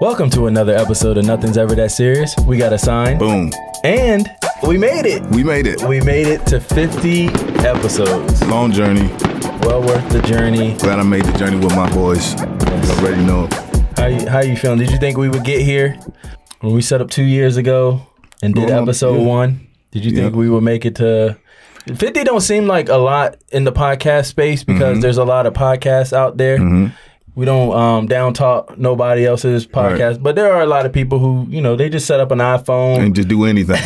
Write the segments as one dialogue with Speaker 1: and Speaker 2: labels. Speaker 1: Welcome to another episode of Nothing's Ever That Serious. We got a sign.
Speaker 2: Boom.
Speaker 1: And we made it.
Speaker 2: We made it.
Speaker 1: We made it to 50 episodes.
Speaker 2: Long journey.
Speaker 1: Well worth the journey.
Speaker 2: Glad I made the journey with my boys. Already know it.
Speaker 1: How you, how you feeling? Did you think we would get here when we set up two years ago and did
Speaker 2: Going on,
Speaker 1: episode
Speaker 2: yeah.
Speaker 1: one? Did you think
Speaker 2: Yeah.
Speaker 1: we would make it to 50 don't seem like a lot in the podcast space because
Speaker 2: Mm-hmm.
Speaker 1: there's a lot of podcasts out there. We don't um, down talk nobody else's podcast, but there are a lot of people who, you know, they just set up an iPhone,
Speaker 2: And just do anything.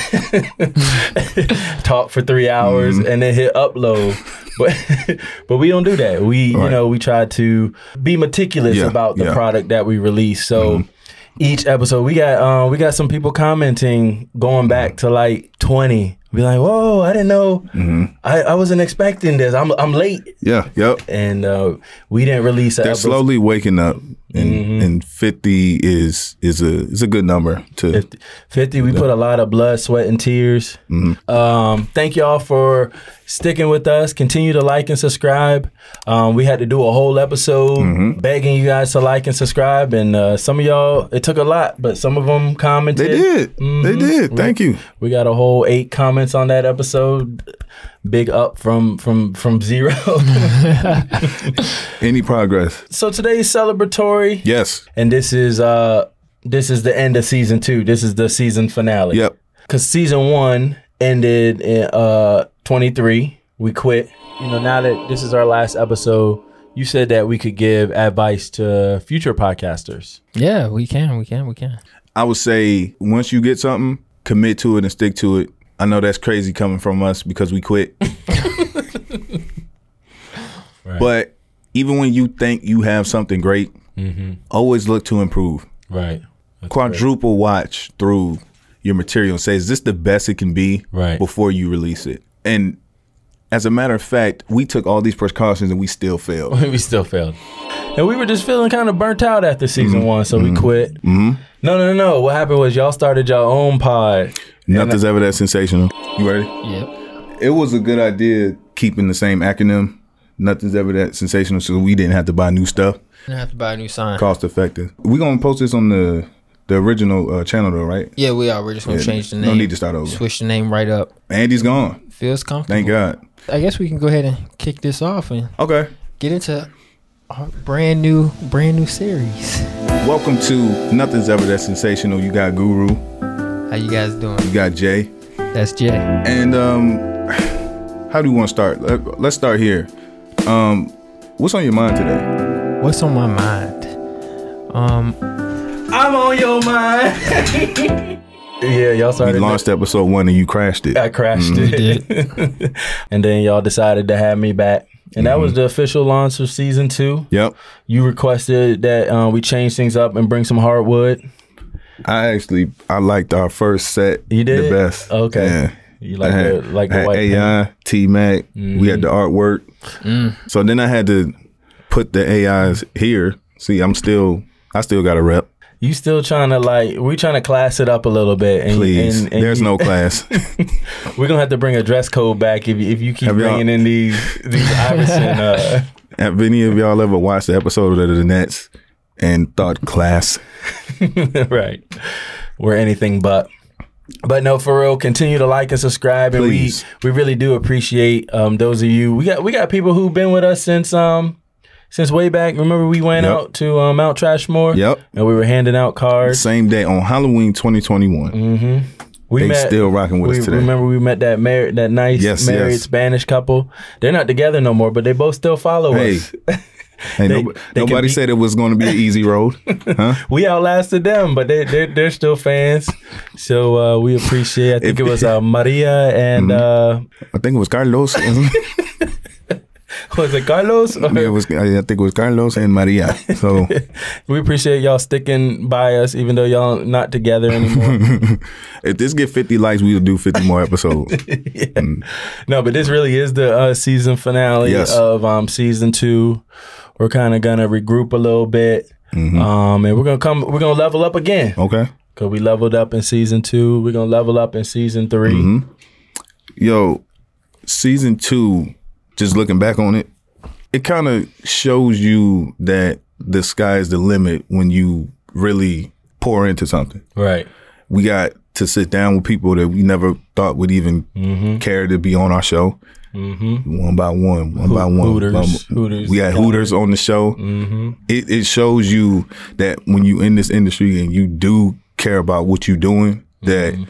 Speaker 1: talk for three hours
Speaker 2: Mm-hmm.
Speaker 1: and then hit upload. But but we don't do that. We you
Speaker 2: Right.
Speaker 1: know we try to be meticulous
Speaker 2: Yeah,
Speaker 1: about the
Speaker 2: yeah. Mm-hmm.
Speaker 1: product that we release. So each episode we got uh, we got some people commenting
Speaker 2: Mm-hmm.
Speaker 1: going back to like twenty. Be like, whoa! I didn't know.
Speaker 2: Mm-hmm.
Speaker 1: I, I wasn't expecting this. I'm I'm late,
Speaker 2: yeah. Yep.
Speaker 1: and uh, we didn't release. an
Speaker 2: They're
Speaker 1: episode.
Speaker 2: slowly waking up, and and fifty is is a is a good number to.
Speaker 1: 50, 50 we put a lot of blood sweat and tears
Speaker 2: Mm-hmm.
Speaker 1: um, thank y'all for sticking with us continue to like and subscribe um, we had to do a whole episode
Speaker 2: Mm-hmm.
Speaker 1: begging you guys to like and subscribe and uh, some of y'all it took a lot but some of them commented
Speaker 2: they did. They did. Thank you.
Speaker 1: we got a whole eight comments on that episode big up from from from zero
Speaker 2: Any progress?
Speaker 1: so today's celebratory
Speaker 2: Yes.
Speaker 1: and this is uh this is the end of season two this is the season finale
Speaker 2: Yep.
Speaker 1: because season one ended in uh 23 we quit you know now that this is our last episode you said that we could give advice to future podcasters
Speaker 3: Yeah, we can, we can, we can.
Speaker 2: I would say once you get something, commit to it and stick to it. I know that's crazy coming from us because we quit. But even when you think you have something great, Mm-hmm. always look to improve.
Speaker 1: right
Speaker 2: quadruple watch through your material and say, is this the best it can be
Speaker 1: Right.
Speaker 2: before you release it? And as a matter of fact, we took all these precautions and we still failed.
Speaker 1: we still failed and we were just feeling kind of burnt out after season one so we quit mm-hmm. no no no no what happened was y'all started your own pod
Speaker 2: Nothing's ever that sensational. You ready?
Speaker 3: Yep.
Speaker 2: It was a good idea keeping the same acronym. Nothing's ever that sensational, so we didn't have to buy new stuff.
Speaker 3: Gonna have to buy a new sign.
Speaker 2: Cost effective. We're gonna post this on the the original uh, channel though, right?
Speaker 3: Yeah, we are. We're just gonna change the name.
Speaker 2: no need to start over.
Speaker 3: Switch the name right up.
Speaker 2: Andy's gone.
Speaker 3: Feels comfortable.
Speaker 2: Thank God.
Speaker 3: I guess we can go ahead and kick this off and
Speaker 2: Okay.
Speaker 3: get into our brand new, brand new series.
Speaker 2: Welcome to Nothing's Ever That Sensational. You got Guru, you
Speaker 3: How you guys doing?
Speaker 2: got Jay,
Speaker 3: That's Jay.
Speaker 2: And um, how do you want to start? Let, let's start here. Um, what's on your mind today?
Speaker 3: What's on my mind? Um,
Speaker 1: i'm on your mind yeah y'all started
Speaker 2: You launched episode one and you crashed it.
Speaker 1: Uh, I crashed it. and then y'all decided to have me back. And that was the official launch of season two.
Speaker 2: Yep.
Speaker 1: You requested that uh, we change things up and bring some hardwood.
Speaker 2: I actually I liked our first set.
Speaker 1: You did
Speaker 2: the best.
Speaker 1: Okay.
Speaker 2: Yeah.
Speaker 1: You like
Speaker 2: I had,
Speaker 1: the like
Speaker 2: I
Speaker 1: the
Speaker 2: had
Speaker 1: white paint. Mm-hmm. Mm.
Speaker 2: AI, T Mac. We had the artwork. So then I had to put the AIs here. See, I'm still I still got a rep.
Speaker 1: You still trying to like we trying to class it up a little bit. And,
Speaker 2: Please,
Speaker 1: and- and
Speaker 2: there's
Speaker 1: you-
Speaker 2: no class.
Speaker 1: We're gonna have to bring a dress code back if you, if you keep
Speaker 2: Have y'all-
Speaker 1: bringing in these these Iverson. Uh,
Speaker 2: have any of y'all ever watched the episode of the Nets and thought class?
Speaker 1: right. We're anything but. But no, for real, continue to like and subscribe, and
Speaker 2: Please.
Speaker 1: we we really do appreciate um, those of you. We got we got people who've been with us since um since way back. Remember, we went
Speaker 2: Yep.
Speaker 1: out to um, Mount Trashmore.
Speaker 2: Yep.
Speaker 1: and we were handing out cards.
Speaker 2: Same day on Halloween 2021.
Speaker 1: We
Speaker 2: They still rocking with
Speaker 1: Mm. we,
Speaker 2: us today.
Speaker 1: Remember, we met that mar- that nice
Speaker 2: Yes,
Speaker 1: married
Speaker 2: yes.
Speaker 1: Spanish couple. They're not together no more, but they both still follow
Speaker 2: Hey,
Speaker 1: us.
Speaker 2: hey,
Speaker 1: They-
Speaker 2: nobo-
Speaker 1: they can
Speaker 2: nobody
Speaker 1: be-
Speaker 2: said it was going to be an easy road. Huh?
Speaker 1: We outlasted them, but they they're, they're still fans. So uh, we appreciate. I think it was uh, Maria and. Uh,
Speaker 2: I think it was Carlos. and-
Speaker 1: uh, Was it Carlos? Or-
Speaker 2: it was, I think it was Carlos and Maria. So
Speaker 1: We appreciate y'all sticking by us, even though y'all not together anymore.
Speaker 2: if this get 50 likes, we'll do 50 more episodes.
Speaker 1: no, but this really is the uh, season finale
Speaker 2: Yes.
Speaker 1: of um, season two. We're kind of gonna regroup a little bit,
Speaker 2: Mm-hmm.
Speaker 1: um, and we're gonna come. We're gonna level up again
Speaker 2: Okay.
Speaker 1: because we leveled up in season two. We're gonna level up in season 3
Speaker 2: Mm-hmm. Yo, season two, just looking back on it, it kind of shows you that the sky is the limit when you really pour into something.
Speaker 1: Right.
Speaker 2: We got to sit down with people that we never thought would even
Speaker 1: Mm-hmm.
Speaker 2: care to be on our show. One by one, one by one.
Speaker 1: Hooters,
Speaker 2: one-
Speaker 1: Hooters. Mm-hmm.
Speaker 2: We had Hooters on the show. It, it shows you that when you in this industry and you do care about what you're doing, that
Speaker 1: Mm-hmm.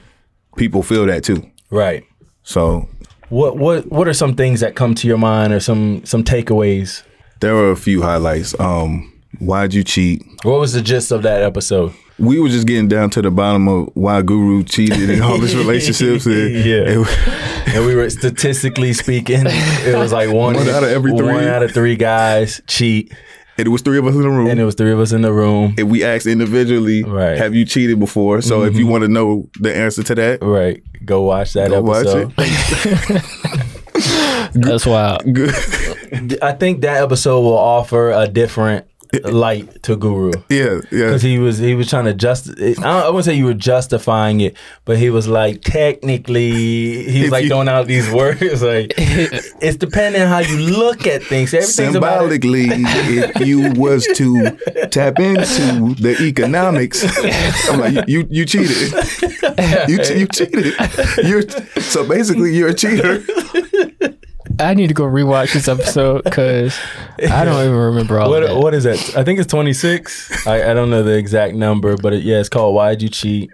Speaker 2: people feel that too.
Speaker 1: Right.
Speaker 2: So
Speaker 1: What what what are some things that come to your mind or some some takeaways?
Speaker 2: there were a few highlights. Um, why'd you cheat?
Speaker 1: What was the gist of that episode?
Speaker 2: we were just getting down to the bottom of why Guru cheated in all his relationships. And,
Speaker 1: Yeah.
Speaker 2: and-
Speaker 1: And we were statistically speaking, it was like one,
Speaker 2: One out of every three.
Speaker 1: one out of three guys cheat,
Speaker 2: and it was three of us in the room.
Speaker 1: and
Speaker 2: And,
Speaker 1: it was three of us in the room.
Speaker 2: we asked individually,
Speaker 1: Right. Mm-hmm.
Speaker 2: have you cheated before? So if you want to know the answer to that,
Speaker 1: Right. Go watch that
Speaker 2: go watch
Speaker 1: episode.
Speaker 2: it.
Speaker 4: That's wild.
Speaker 2: Good.
Speaker 1: Th- I think that episode will offer a different light to Guru.
Speaker 2: yeah, yeah.
Speaker 1: Because he was he was trying to just I, don't, I wouldn't say you were justifying it, but he was like technically he was
Speaker 2: If
Speaker 1: like
Speaker 2: you-
Speaker 1: throwing out these words like it's depending how you look at things. Everything's about it.
Speaker 2: Symbolically, if you was to tap into the economics, I'm like, you you cheated. You, che- you cheated. You're so basically you're a cheater.
Speaker 4: I need to go rewatch this episode because I don't even remember all of
Speaker 1: What
Speaker 4: that.
Speaker 1: what is that? I think it's twenty six. I, I don't know the exact number, but it, yeah, it's called "Why'd You Cheat."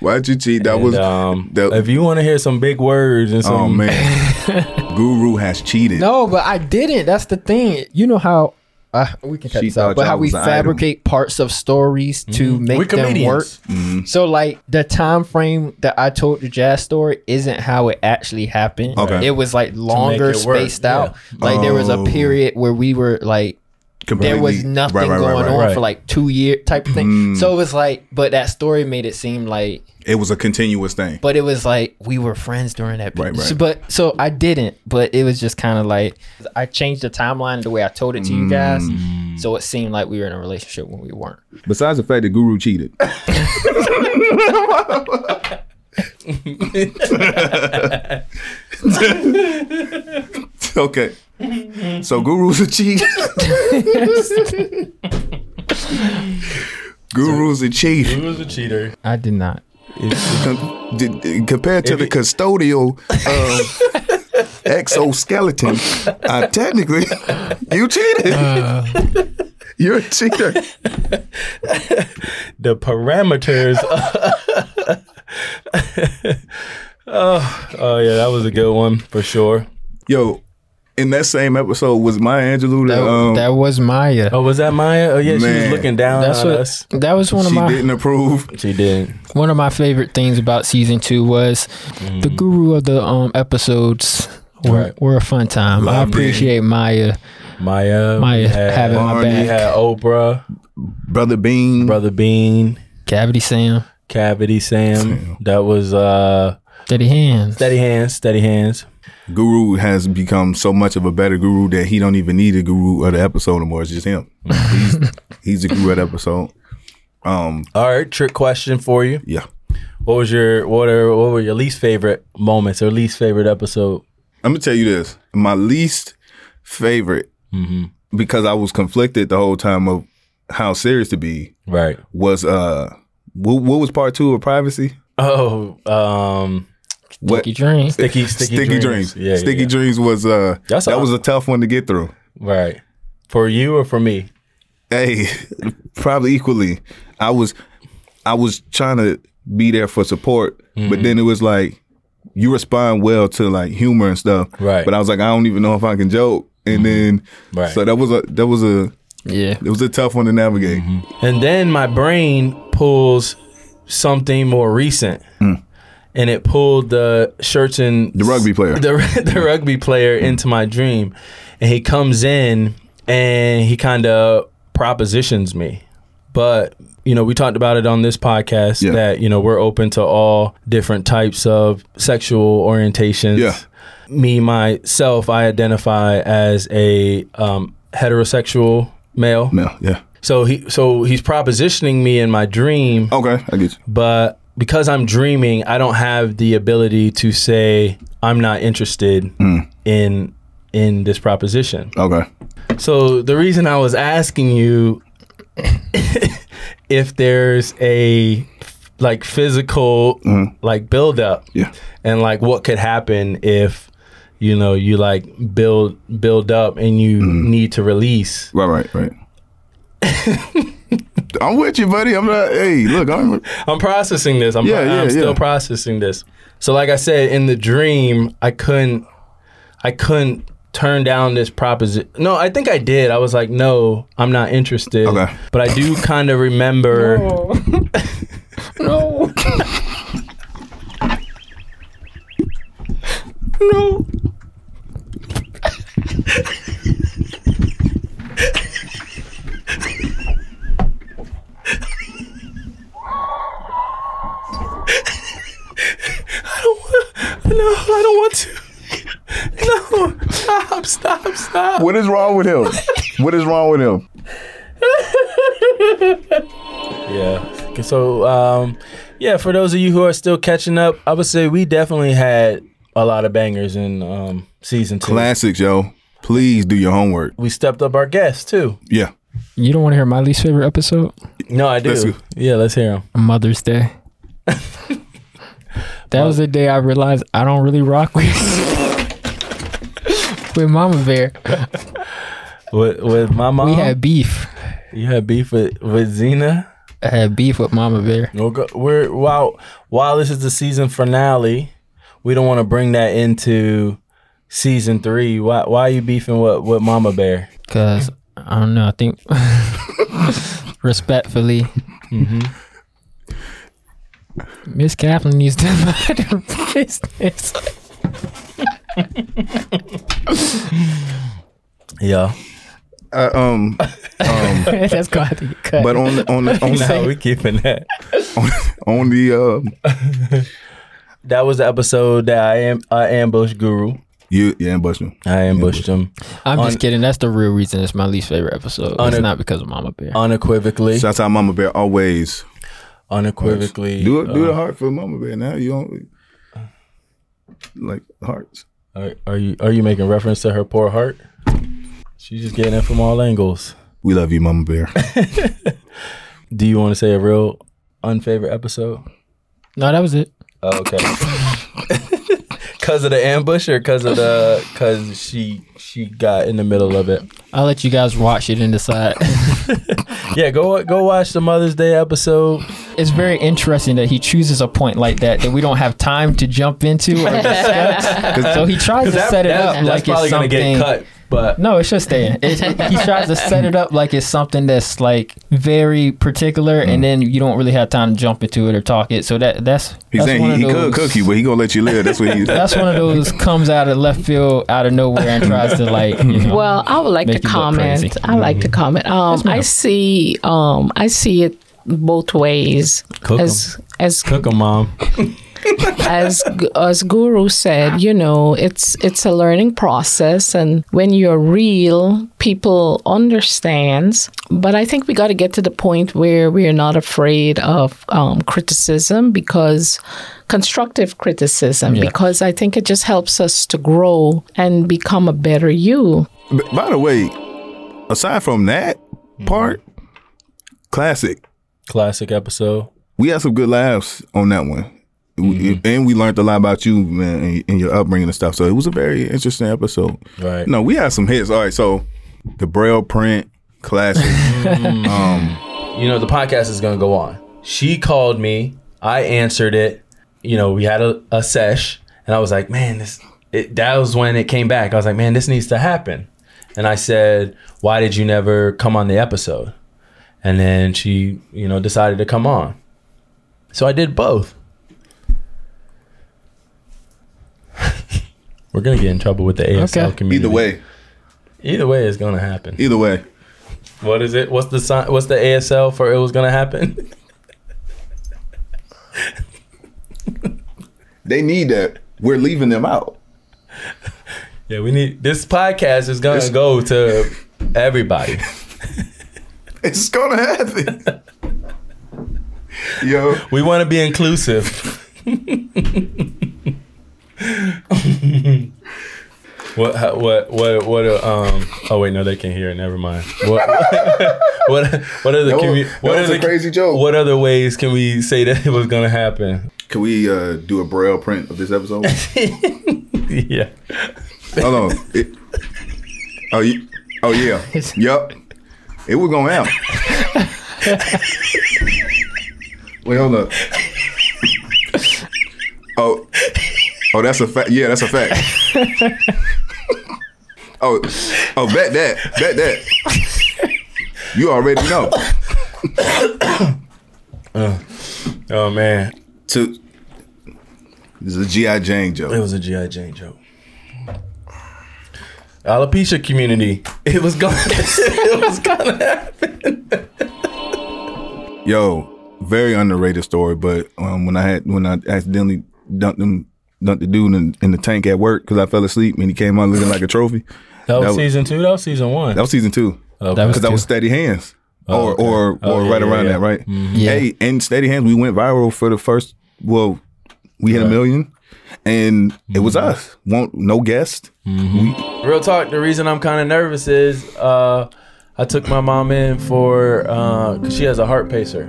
Speaker 2: Why'd you cheat? That
Speaker 1: And,
Speaker 2: was
Speaker 1: um,
Speaker 2: that-
Speaker 1: if you want to hear some big words and some
Speaker 2: Oh man, Guru has cheated.
Speaker 3: No, but I didn't. That's the thing. You know how uh, we can cut
Speaker 2: She
Speaker 3: this out,
Speaker 2: thought
Speaker 3: but
Speaker 2: y'all
Speaker 3: how we
Speaker 2: was an item. Mm-hmm.
Speaker 3: fabricate parts of stories to
Speaker 1: We're
Speaker 3: make them work.
Speaker 1: comedians.
Speaker 3: So, like the time frame that I told the jazz story isn't how it actually happened.
Speaker 2: Okay.
Speaker 3: it was like longer
Speaker 1: it work,
Speaker 3: spaced out. Like there was a
Speaker 2: Oh.
Speaker 3: period where we were like there was
Speaker 2: Completely-
Speaker 3: nothing
Speaker 2: right, right, right, Mm-hmm.
Speaker 3: going
Speaker 2: right,
Speaker 3: on
Speaker 1: right.
Speaker 3: for like two year type of thing. So it was like, but that story made it seem like
Speaker 2: It was a continuous thing.
Speaker 3: but it was like we were friends during that.
Speaker 2: Right,
Speaker 3: period.
Speaker 2: right.
Speaker 3: So- but so I didn't. But it was just kind of like I changed the timeline the way I told it to you guys,
Speaker 2: Mm.
Speaker 3: so it seemed like we were in a relationship when we weren't.
Speaker 2: Besides the fact that Guru cheated, okay. So Guru's a cheat. Guru's a cheat.
Speaker 1: Guru's a cheater.
Speaker 3: I did not.
Speaker 2: Com- d- d- compared to the custodial um, exoskeleton, uh, technically, you cheated. You're a cheater.
Speaker 1: The parameters. oh, oh yeah, that was a good one for sure.
Speaker 2: Yo, in that same episode was Maya Angelou that,
Speaker 3: That,
Speaker 2: um,
Speaker 3: that was Maya.
Speaker 1: Oh, was that Maya? Oh yeah, she was
Speaker 2: Man.
Speaker 1: looking down
Speaker 4: uh, That's
Speaker 1: at
Speaker 4: what-
Speaker 1: us.
Speaker 4: That was one of
Speaker 2: she
Speaker 4: my
Speaker 2: didn't approve.
Speaker 1: She did.
Speaker 4: one of my favorite things about season two was
Speaker 3: Mm.
Speaker 4: the guru of the um episodes were,
Speaker 1: Right.
Speaker 4: were a fun time. I
Speaker 2: Love it.
Speaker 4: appreciate uh, Maya.
Speaker 1: Maya.
Speaker 4: Maya
Speaker 1: we had,
Speaker 4: having my
Speaker 2: Barney
Speaker 1: We
Speaker 4: back.
Speaker 1: had Oprah,
Speaker 2: Brother Bean.
Speaker 1: Brother Bean,
Speaker 4: Cavity Sam,
Speaker 1: Cavity Sam. That was uh
Speaker 4: Steady Hands.
Speaker 1: Steady Hands, Steady Hands.
Speaker 2: Guru has become so much of a better guru that he don't even need a guru of the episode anymore. It's just him. he's, he's the guru of the episode. Um,
Speaker 1: All right, trick question for you.
Speaker 2: yeah.
Speaker 1: What was your what are what were your least favorite moments or least favorite episode?
Speaker 2: I'm gonna tell you this. My least favorite, because I was conflicted the whole time of how serious to be,
Speaker 1: Right.
Speaker 2: was uh, what, what was part two of privacy?
Speaker 1: Oh, um
Speaker 2: What
Speaker 4: Lucky Dreams.
Speaker 1: sticky sticky, dreams. Yeah, yeah,
Speaker 2: sticky
Speaker 1: yeah.
Speaker 2: dreams was uh,
Speaker 1: That's
Speaker 2: that
Speaker 1: all-
Speaker 2: was a tough one to get through.
Speaker 1: Right. For you or for me?
Speaker 2: Hey, probably equally. I was I was trying to be there for support,
Speaker 1: Mm-hmm.
Speaker 2: but then it was like you respond well to like humor and stuff.
Speaker 1: Right. Mm-hmm.
Speaker 2: But I was like, I don't even know if I can joke. And then
Speaker 1: Right.
Speaker 2: so that was a that was a
Speaker 4: Yeah.
Speaker 2: it was a tough one to navigate. Oh.
Speaker 1: And then my brain pulls something more recent. And it pulled the shirts and
Speaker 2: Hmm. The rugby player. Hmm.
Speaker 1: the, the rugby player into my dream. And he comes in and he kind of propositions me. But, you know, we talked about it on this podcast
Speaker 2: Yeah.
Speaker 1: that, you know, we're open to all different types of sexual orientations.
Speaker 2: Yeah.
Speaker 1: Me, myself, I identify as a um, heterosexual male.
Speaker 2: No, yeah.
Speaker 1: So he so he's propositioning me in my dream,
Speaker 2: Okay, I get you.
Speaker 1: but because I'm dreaming, I don't have the ability to say I'm not interested in in this proposition.
Speaker 2: Okay.
Speaker 1: So the reason I was asking you if there's a like physical like build up
Speaker 2: Yeah.
Speaker 1: and like what could happen if you know you like build build up and you need to release
Speaker 2: Right, right, right. I'm with you, buddy. I'm not. Hey, look, I'm.
Speaker 1: i'm processing this i'm,
Speaker 2: Yeah, yeah,
Speaker 1: I'm
Speaker 2: yeah.
Speaker 1: still processing this so like i said in the dream i couldn't i couldn't turn down this proposition no i think i did i was like no i'm not interested
Speaker 2: Okay.
Speaker 1: but i do kind of remember
Speaker 4: No.
Speaker 1: no I don't want. No, I don't want to. No, stop, stop, stop.
Speaker 2: What is wrong with him? What is wrong with him?
Speaker 1: Yeah. So, um, yeah, for those of you who are still catching up, I would say we definitely had a lot of bangers in um, season two.
Speaker 2: Classics, yo. Please do your homework.
Speaker 1: we stepped up our guests too.
Speaker 2: Yeah.
Speaker 4: You don't want to hear my least favorite episode?
Speaker 1: No, I do.
Speaker 2: Let's go.
Speaker 1: yeah, let's hear them.
Speaker 4: Mother's Day. that was the day I realized I don't really rock with with Mama Bear.
Speaker 1: With, with my mom,
Speaker 4: We had beef.
Speaker 1: you had beef with with Xena.
Speaker 4: I had beef with Mama Bear.
Speaker 1: We'll go, we're while while this is the season finale, we don't want to bring that into season three. Why why are you beefing with with Mama Bear?
Speaker 4: Cause I don't know. I think respectfully,
Speaker 1: Mm-hmm.
Speaker 4: Miss Kaplan needs to mind her business.
Speaker 1: Yeah,
Speaker 2: Uh, um,
Speaker 4: That's gonna have to get cut.
Speaker 2: but on the, on the, on
Speaker 1: no,
Speaker 2: the,
Speaker 1: we keeping that.
Speaker 2: on the uh,
Speaker 1: That was the episode that I am I ambushed Guru.
Speaker 2: you yeah, Bushman.
Speaker 1: I ambushed him
Speaker 4: I'm
Speaker 1: on-
Speaker 4: just kidding. That's the real reason. It's my least favorite episode.
Speaker 1: On
Speaker 4: It's
Speaker 1: a-
Speaker 4: not because of Mama Bear.
Speaker 1: unequivocally.
Speaker 2: Shout out Mama Bear always.
Speaker 1: Unequivocally.
Speaker 2: Do it. Do the
Speaker 1: uh,
Speaker 2: heart for Mama Bear. Now you don't like hearts.
Speaker 1: are, uh, are you are you making reference to her poor heart? She's just getting it from all angles.
Speaker 2: We love you, Mama Bear.
Speaker 1: Do you want to say a real unfavorite episode?
Speaker 4: no, that was it.
Speaker 1: Oh, okay. Cause of the ambush or cause of the cause she she got in the middle of it.
Speaker 4: I'll let you guys watch it and decide.
Speaker 1: Yeah, go go watch the Mother's Day episode.
Speaker 4: it's very interesting that he chooses a point like that that we don't have time to jump into or discuss. so he tries to set it up like it's something.
Speaker 1: cut, but
Speaker 4: No, it should stay in. It's, he tries to set it up like it's something that's like very particular,
Speaker 2: Mm.
Speaker 4: and then you don't really have time to jump into it or talk it. So that that's
Speaker 2: He's
Speaker 4: that's
Speaker 2: saying
Speaker 4: one
Speaker 2: he,
Speaker 4: of
Speaker 2: he could
Speaker 4: those-
Speaker 2: cook you, but he gonna let you live. That's what he.
Speaker 4: That's one of those comes out of left field, out of nowhere, and tries to like. You know,
Speaker 5: Well, I would like
Speaker 4: Make
Speaker 5: to
Speaker 4: you look crazy. Mm-hmm.
Speaker 5: comment. I like to comment. Um, I see. Um, I see it both ways.
Speaker 1: Cook 'em.
Speaker 5: as as
Speaker 1: cook 'em, mom.
Speaker 5: as gu- as Guru said, you know, it's it's a learning process, and when you're real, people understands. But I think we got to get to the point where we are not afraid of um, criticism because constructive criticism, because I think it just helps us to grow and become a better you.
Speaker 2: B- By the way, aside from that
Speaker 4: Mm-hmm.
Speaker 2: part, classic.
Speaker 1: Classic episode.
Speaker 2: We had some good laughs on that one. We-
Speaker 4: Mm-hmm.
Speaker 2: And we learned a lot about you, man, and- and your upbringing and stuff. So it was a very interesting episode.
Speaker 1: Right.
Speaker 2: No, we had some hits. All right, so the Braille print classic.
Speaker 1: You know, the podcast is gonna go on. She called me, I answered it, you know, we had a, a sesh, and I was like, Man, this it, that was when it came back. I was like, Man, this needs to happen. And I said, Why did you never come on the episode? And then she, you know, decided to come on. So I did both. We're gonna get in trouble with the ASL
Speaker 4: Okay.
Speaker 1: community.
Speaker 2: either way,
Speaker 1: Either way it's gonna happen.
Speaker 2: either way.
Speaker 1: What is it? What's the sign what's the ASL for it was gonna happen?
Speaker 2: They need that. We're leaving them out.
Speaker 1: Yeah, we need this podcast is gonna
Speaker 2: This-
Speaker 1: go to everybody.
Speaker 2: It's gonna happen. Yo,
Speaker 1: We want to be inclusive. What? how- What? What? What? Are, um. Oh wait, no, they can hear it. Never mind. What? what? What are the?
Speaker 2: That
Speaker 1: can we,
Speaker 2: was- that
Speaker 1: what
Speaker 2: was a
Speaker 1: other-
Speaker 2: crazy joke.
Speaker 1: What other ways can we say that it was gonna happen?
Speaker 2: Can we uh, do a braille print of this episode?
Speaker 1: Yeah.
Speaker 2: Hold on. It- oh, you, oh yeah. Yup. It was gonna happen. Wait, hold up. Oh, oh, that's a fact. Yeah, that's a fact. Oh, oh, bet that, bet that. You already know.
Speaker 1: Oh man,
Speaker 2: To this is a GI Jane
Speaker 1: it
Speaker 2: joke.
Speaker 1: was a GI Jane joke. Alopecia community. It was gonna. it was gonna happen.
Speaker 2: Yo, very underrated story. But um, when I had when I accidentally dunked him, dunked the dude in, in the tank at work because I fell asleep and he came out looking like a trophy.
Speaker 1: That was
Speaker 2: That was-
Speaker 1: season two. That was season one.
Speaker 2: That was season two. Because
Speaker 1: Okay.
Speaker 2: that was Steady Hands. or
Speaker 1: okay.
Speaker 2: or
Speaker 1: Oh,
Speaker 2: or
Speaker 1: yeah,
Speaker 2: right
Speaker 1: yeah,
Speaker 2: around
Speaker 1: yeah. Mm-hmm.
Speaker 2: that, right?
Speaker 4: Yeah.
Speaker 2: Hey, and Steady Hands, we went viral for the first. Well, we hit a million, and it
Speaker 1: Mm-hmm.
Speaker 2: was us. Won't no guest.
Speaker 1: Real talk. The reason I'm kind of nervous is uh, I took my mom in for because she has a heart pacer.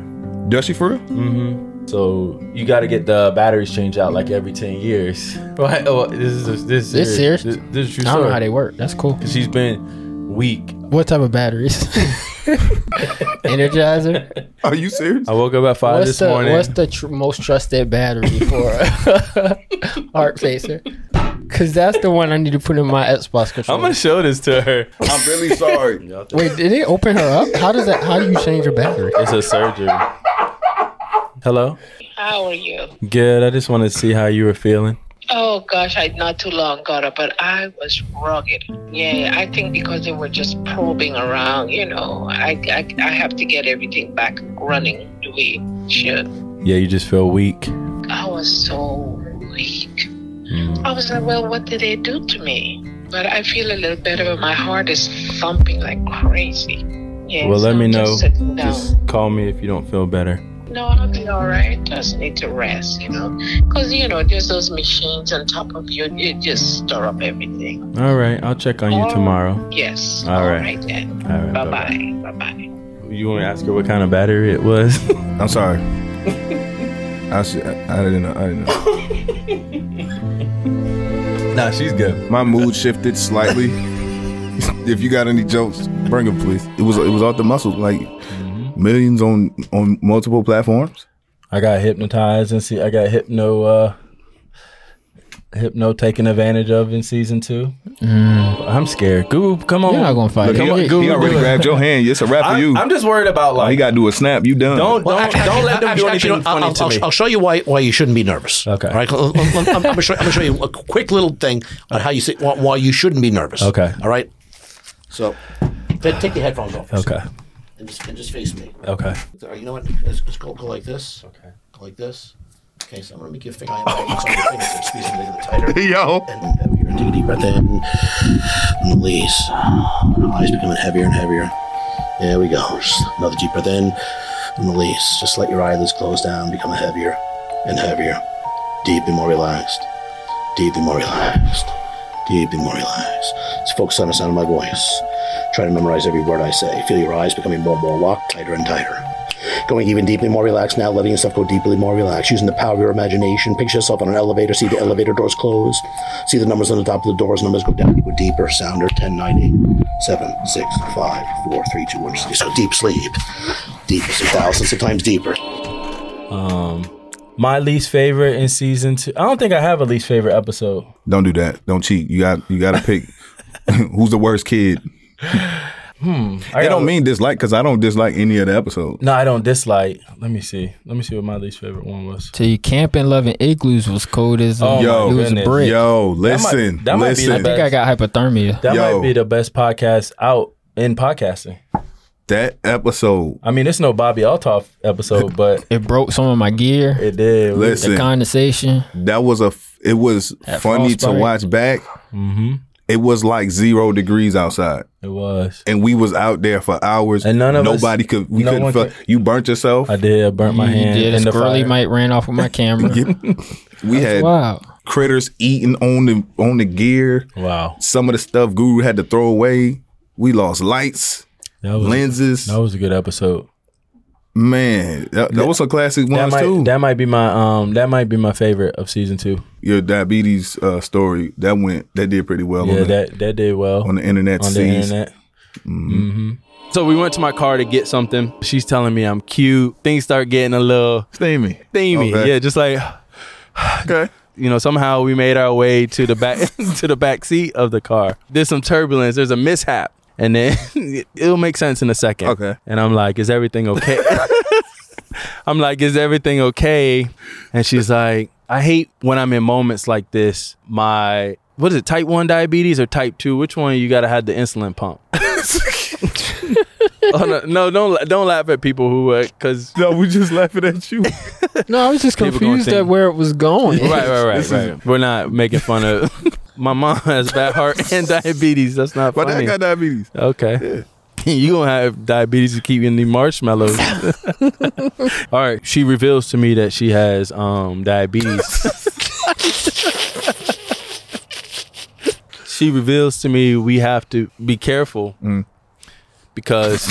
Speaker 2: Does she for real?
Speaker 1: So you got to get the batteries changed out like every ten years. Right? Oh, this is this
Speaker 3: This
Speaker 1: is
Speaker 3: serious?
Speaker 1: This, this is true
Speaker 3: I don't know how
Speaker 1: story.
Speaker 3: they work. That's cool.
Speaker 1: 'Cause she's been weak.
Speaker 3: What type of batteries? Energizer.
Speaker 2: Are you serious?
Speaker 1: I woke up at five
Speaker 3: What's
Speaker 1: Uh, this
Speaker 3: the
Speaker 1: morning.
Speaker 3: What's the tr- most trusted battery for a heart pacer? Cause that's the one I need to put in my Xbox
Speaker 1: I'm
Speaker 3: controller.
Speaker 1: gonna show this to her.
Speaker 2: I'm really sorry.
Speaker 3: Wait, did it open her up? How does that? How do you change your battery?
Speaker 1: It's a surgery. Hello.
Speaker 6: How are you?
Speaker 1: Good. I just wanted to see how you were feeling.
Speaker 6: Oh gosh, I not too long got up, but I was rugged. Yeah, I think because they were just probing around, you know, I, I, I have to get everything back running the way it should.
Speaker 1: Yeah, you just feel weak.
Speaker 6: I was so weak.
Speaker 1: Mm.
Speaker 6: I was like, well, what did they do to me? But I feel a little better, but my heart is thumping like crazy. Yeah,
Speaker 1: Well, let
Speaker 6: so
Speaker 1: me
Speaker 6: I'm
Speaker 1: know.
Speaker 6: Just sitting down.
Speaker 1: Just call me if you don't feel better.
Speaker 6: No, I'll be all right. Just need to rest, you know. Because, you know, there's those machines on top of you. You just stir up everything.
Speaker 1: All right. I'll check on you tomorrow.
Speaker 6: Yes.
Speaker 1: All
Speaker 6: all
Speaker 1: right.
Speaker 6: right then.
Speaker 1: All right.
Speaker 6: Bye bye. Bye bye.
Speaker 1: You want to ask her what kind of battery it was?
Speaker 2: I'm sorry. I, should, I, I didn't know. I didn't know.
Speaker 1: nah, she's good.
Speaker 2: My mood shifted slightly. if you got any jokes, bring them, please. It was it was off the muscle, like millions on on multiple platforms.
Speaker 1: I got hypnotized and see. I got hypno. Uh, hypno taken advantage of in season two. Mm, I'm scared. Goo, come on.
Speaker 4: You're not gonna fight
Speaker 1: Come
Speaker 4: it.
Speaker 1: on,
Speaker 4: He-
Speaker 1: Goo.
Speaker 2: He already
Speaker 1: do it.
Speaker 2: grabbed your hand. It's a wrap for you.
Speaker 1: I'm, I'm just worried about
Speaker 2: All
Speaker 1: like.
Speaker 2: you gotta do a snap. You done.
Speaker 1: don't don't don't let them do
Speaker 7: Actually,
Speaker 1: anything
Speaker 7: actually, I'll-
Speaker 1: funny
Speaker 7: I'll,
Speaker 1: to
Speaker 7: I'll-
Speaker 1: me.
Speaker 7: I'll show you why why you shouldn't be nervous.
Speaker 1: Okay.
Speaker 7: All right. I'll- I'll- I'm, going to show, I'm gonna show you a quick little thing on how you say why, why you shouldn't be nervous.
Speaker 1: Okay.
Speaker 7: All right. So, take, take the headphones off.
Speaker 1: okay. Uh,
Speaker 7: And just, and just face me.
Speaker 1: Okay.
Speaker 7: All right, you know what? Let's, let's go, go like this. Okay. Go like this. Okay. So I'm gonna make you a finger. I'm gonna make you some fingers. Squeeze them a little tighter.
Speaker 2: Yo.
Speaker 7: And heavier. Take a deep breath in. And release. Eyes becoming heavier and heavier. There we go. Just another deep breath in. And release. Just let your eyelids close down, becoming heavier and heavier. Deeply more relaxed. Deeply more relaxed. Deeply more relaxed. Just focus on the sound of my voice. Try to memorize every word I say. Feel your eyes becoming more and more locked, tighter and tighter. Going even deeply more relaxed now, letting yourself go deeply more relaxed. Using the power of your imagination. Picture yourself on an elevator, see the elevator doors close. See the numbers on the top of the doors, numbers go down, you go deeper, sounder, 10, 9, 8, 7, 6, 5, 4, 3, 2, 1. So deep sleep. Deep, thousands of times deeper.
Speaker 1: My least favorite in season two. I don't think I have a least favorite episode.
Speaker 2: Don't do that. Don't cheat. You got you gotta pick who's the worst kid.
Speaker 1: I
Speaker 2: They
Speaker 1: got-
Speaker 2: don't mean dislike because I don't dislike any of the episodes.
Speaker 1: No, I don't dislike. Let me see. Let me see what my least favorite one was.
Speaker 4: To you camping loving igloos was cold as
Speaker 1: Oh
Speaker 4: a-
Speaker 1: my
Speaker 4: it was
Speaker 1: goodness.
Speaker 4: a brick.
Speaker 2: Yo, listen.
Speaker 1: that might be the
Speaker 2: listen.
Speaker 4: I think I got hypothermia.
Speaker 1: That
Speaker 2: Yo.
Speaker 1: might be the best podcast out in podcasting.
Speaker 2: that episode.
Speaker 1: I mean, it's no Bobby Altoff episode, but
Speaker 4: It broke some of my gear.
Speaker 1: it did. We-
Speaker 4: The
Speaker 2: Listen,
Speaker 4: condensation.
Speaker 2: that was a. f- It was funny to
Speaker 4: frostbite.
Speaker 2: watch back. It was like zero degrees outside,
Speaker 1: Mm-hmm. It was.
Speaker 2: and we was out there for hours,
Speaker 1: And none of us-
Speaker 2: nobody could. We
Speaker 1: no
Speaker 2: couldn't.
Speaker 1: one
Speaker 2: fu-
Speaker 1: could-
Speaker 2: you burnt yourself.
Speaker 1: I did. I burnt my
Speaker 4: you
Speaker 1: hand
Speaker 4: did.
Speaker 1: in the
Speaker 4: A squirrely
Speaker 1: fire.
Speaker 4: mite ran off with my camera.
Speaker 2: we had
Speaker 4: wow.
Speaker 2: critters eating on the on the gear.
Speaker 1: Wow.
Speaker 2: Some of the stuff Guru had to throw away. We lost lights,
Speaker 1: That was,
Speaker 2: lenses.
Speaker 1: that was a good episode.
Speaker 2: Man, that, that was a classic
Speaker 1: That
Speaker 2: one too.
Speaker 1: might, that might be my um that might be my favorite of season two.
Speaker 2: Your diabetes uh, story that went that did pretty well
Speaker 1: Yeah,
Speaker 2: on, the,
Speaker 1: that that did well.
Speaker 2: on the Mm-hmm. internet.
Speaker 1: on the
Speaker 2: scenes.
Speaker 1: internet. hmm So we went to my car to get something. She's telling me I'm cute. Things start getting a little
Speaker 2: Steamy.
Speaker 1: steamy.
Speaker 2: Okay.
Speaker 1: Yeah, just like
Speaker 2: Okay.
Speaker 1: you know, somehow we made our way to the back to the back seat of the car. There's some turbulence. There's a mishap, and then it'll make sense in a second.
Speaker 2: Okay.
Speaker 1: And I'm like, is everything okay? I'm like, is everything okay? And she's like, I hate when I'm in moments like this. My what is it? Type one diabetes or type two? Which one you got to have the insulin pump? oh, no, no, don't la- don't laugh at people who uh, because
Speaker 2: No, we just laughing at you.
Speaker 4: No, I was just
Speaker 1: People gonna
Speaker 4: confused
Speaker 1: think-
Speaker 4: at where it was going.
Speaker 1: right, right, right,
Speaker 2: This
Speaker 1: right. We're not making fun of. My mom has bad heart and diabetes. That's not
Speaker 2: But I
Speaker 1: funny.
Speaker 2: got diabetes.
Speaker 1: okay. you gonna have diabetes to keep eating the marshmallows. All right. She reveals to me that she has um diabetes. she reveals to me we have to be careful
Speaker 2: Mm.
Speaker 1: because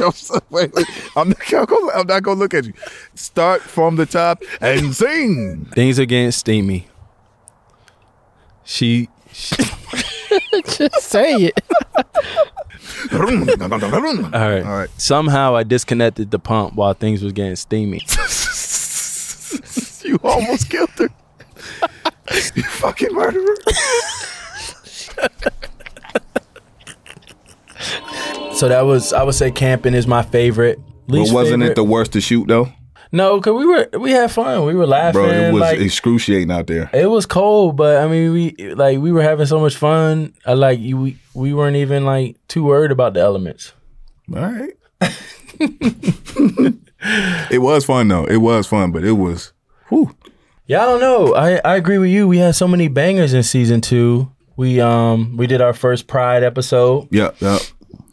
Speaker 2: I'm so- wait, wait. I'm not, I'm gonna- I'm not gonna look at you. Start from the top and sing.
Speaker 1: things are getting steamy. She
Speaker 4: Just say it.
Speaker 2: All right.
Speaker 1: All right.
Speaker 2: All right.
Speaker 1: Somehow I disconnected the pump while things was getting steamy.
Speaker 2: You almost killed her. you fucking murderer.
Speaker 1: so that was I would say camping is my favorite.
Speaker 2: But
Speaker 1: Least
Speaker 2: wasn't it
Speaker 1: favorite.
Speaker 2: the worst to shoot though?
Speaker 1: No, cause we were we had fun. We were laughing.
Speaker 2: Bro, it was
Speaker 1: like,
Speaker 2: excruciating out there.
Speaker 1: it was cold, but I mean we like we were having so much fun. I like you- we we weren't even like too worried about the elements.
Speaker 2: All right. it was fun though. It was fun, but it was whew.
Speaker 1: Yeah, I don't know. I, I agree with you. We had so many bangers in season two. We um we did our first Pride episode.
Speaker 2: Yep, yep.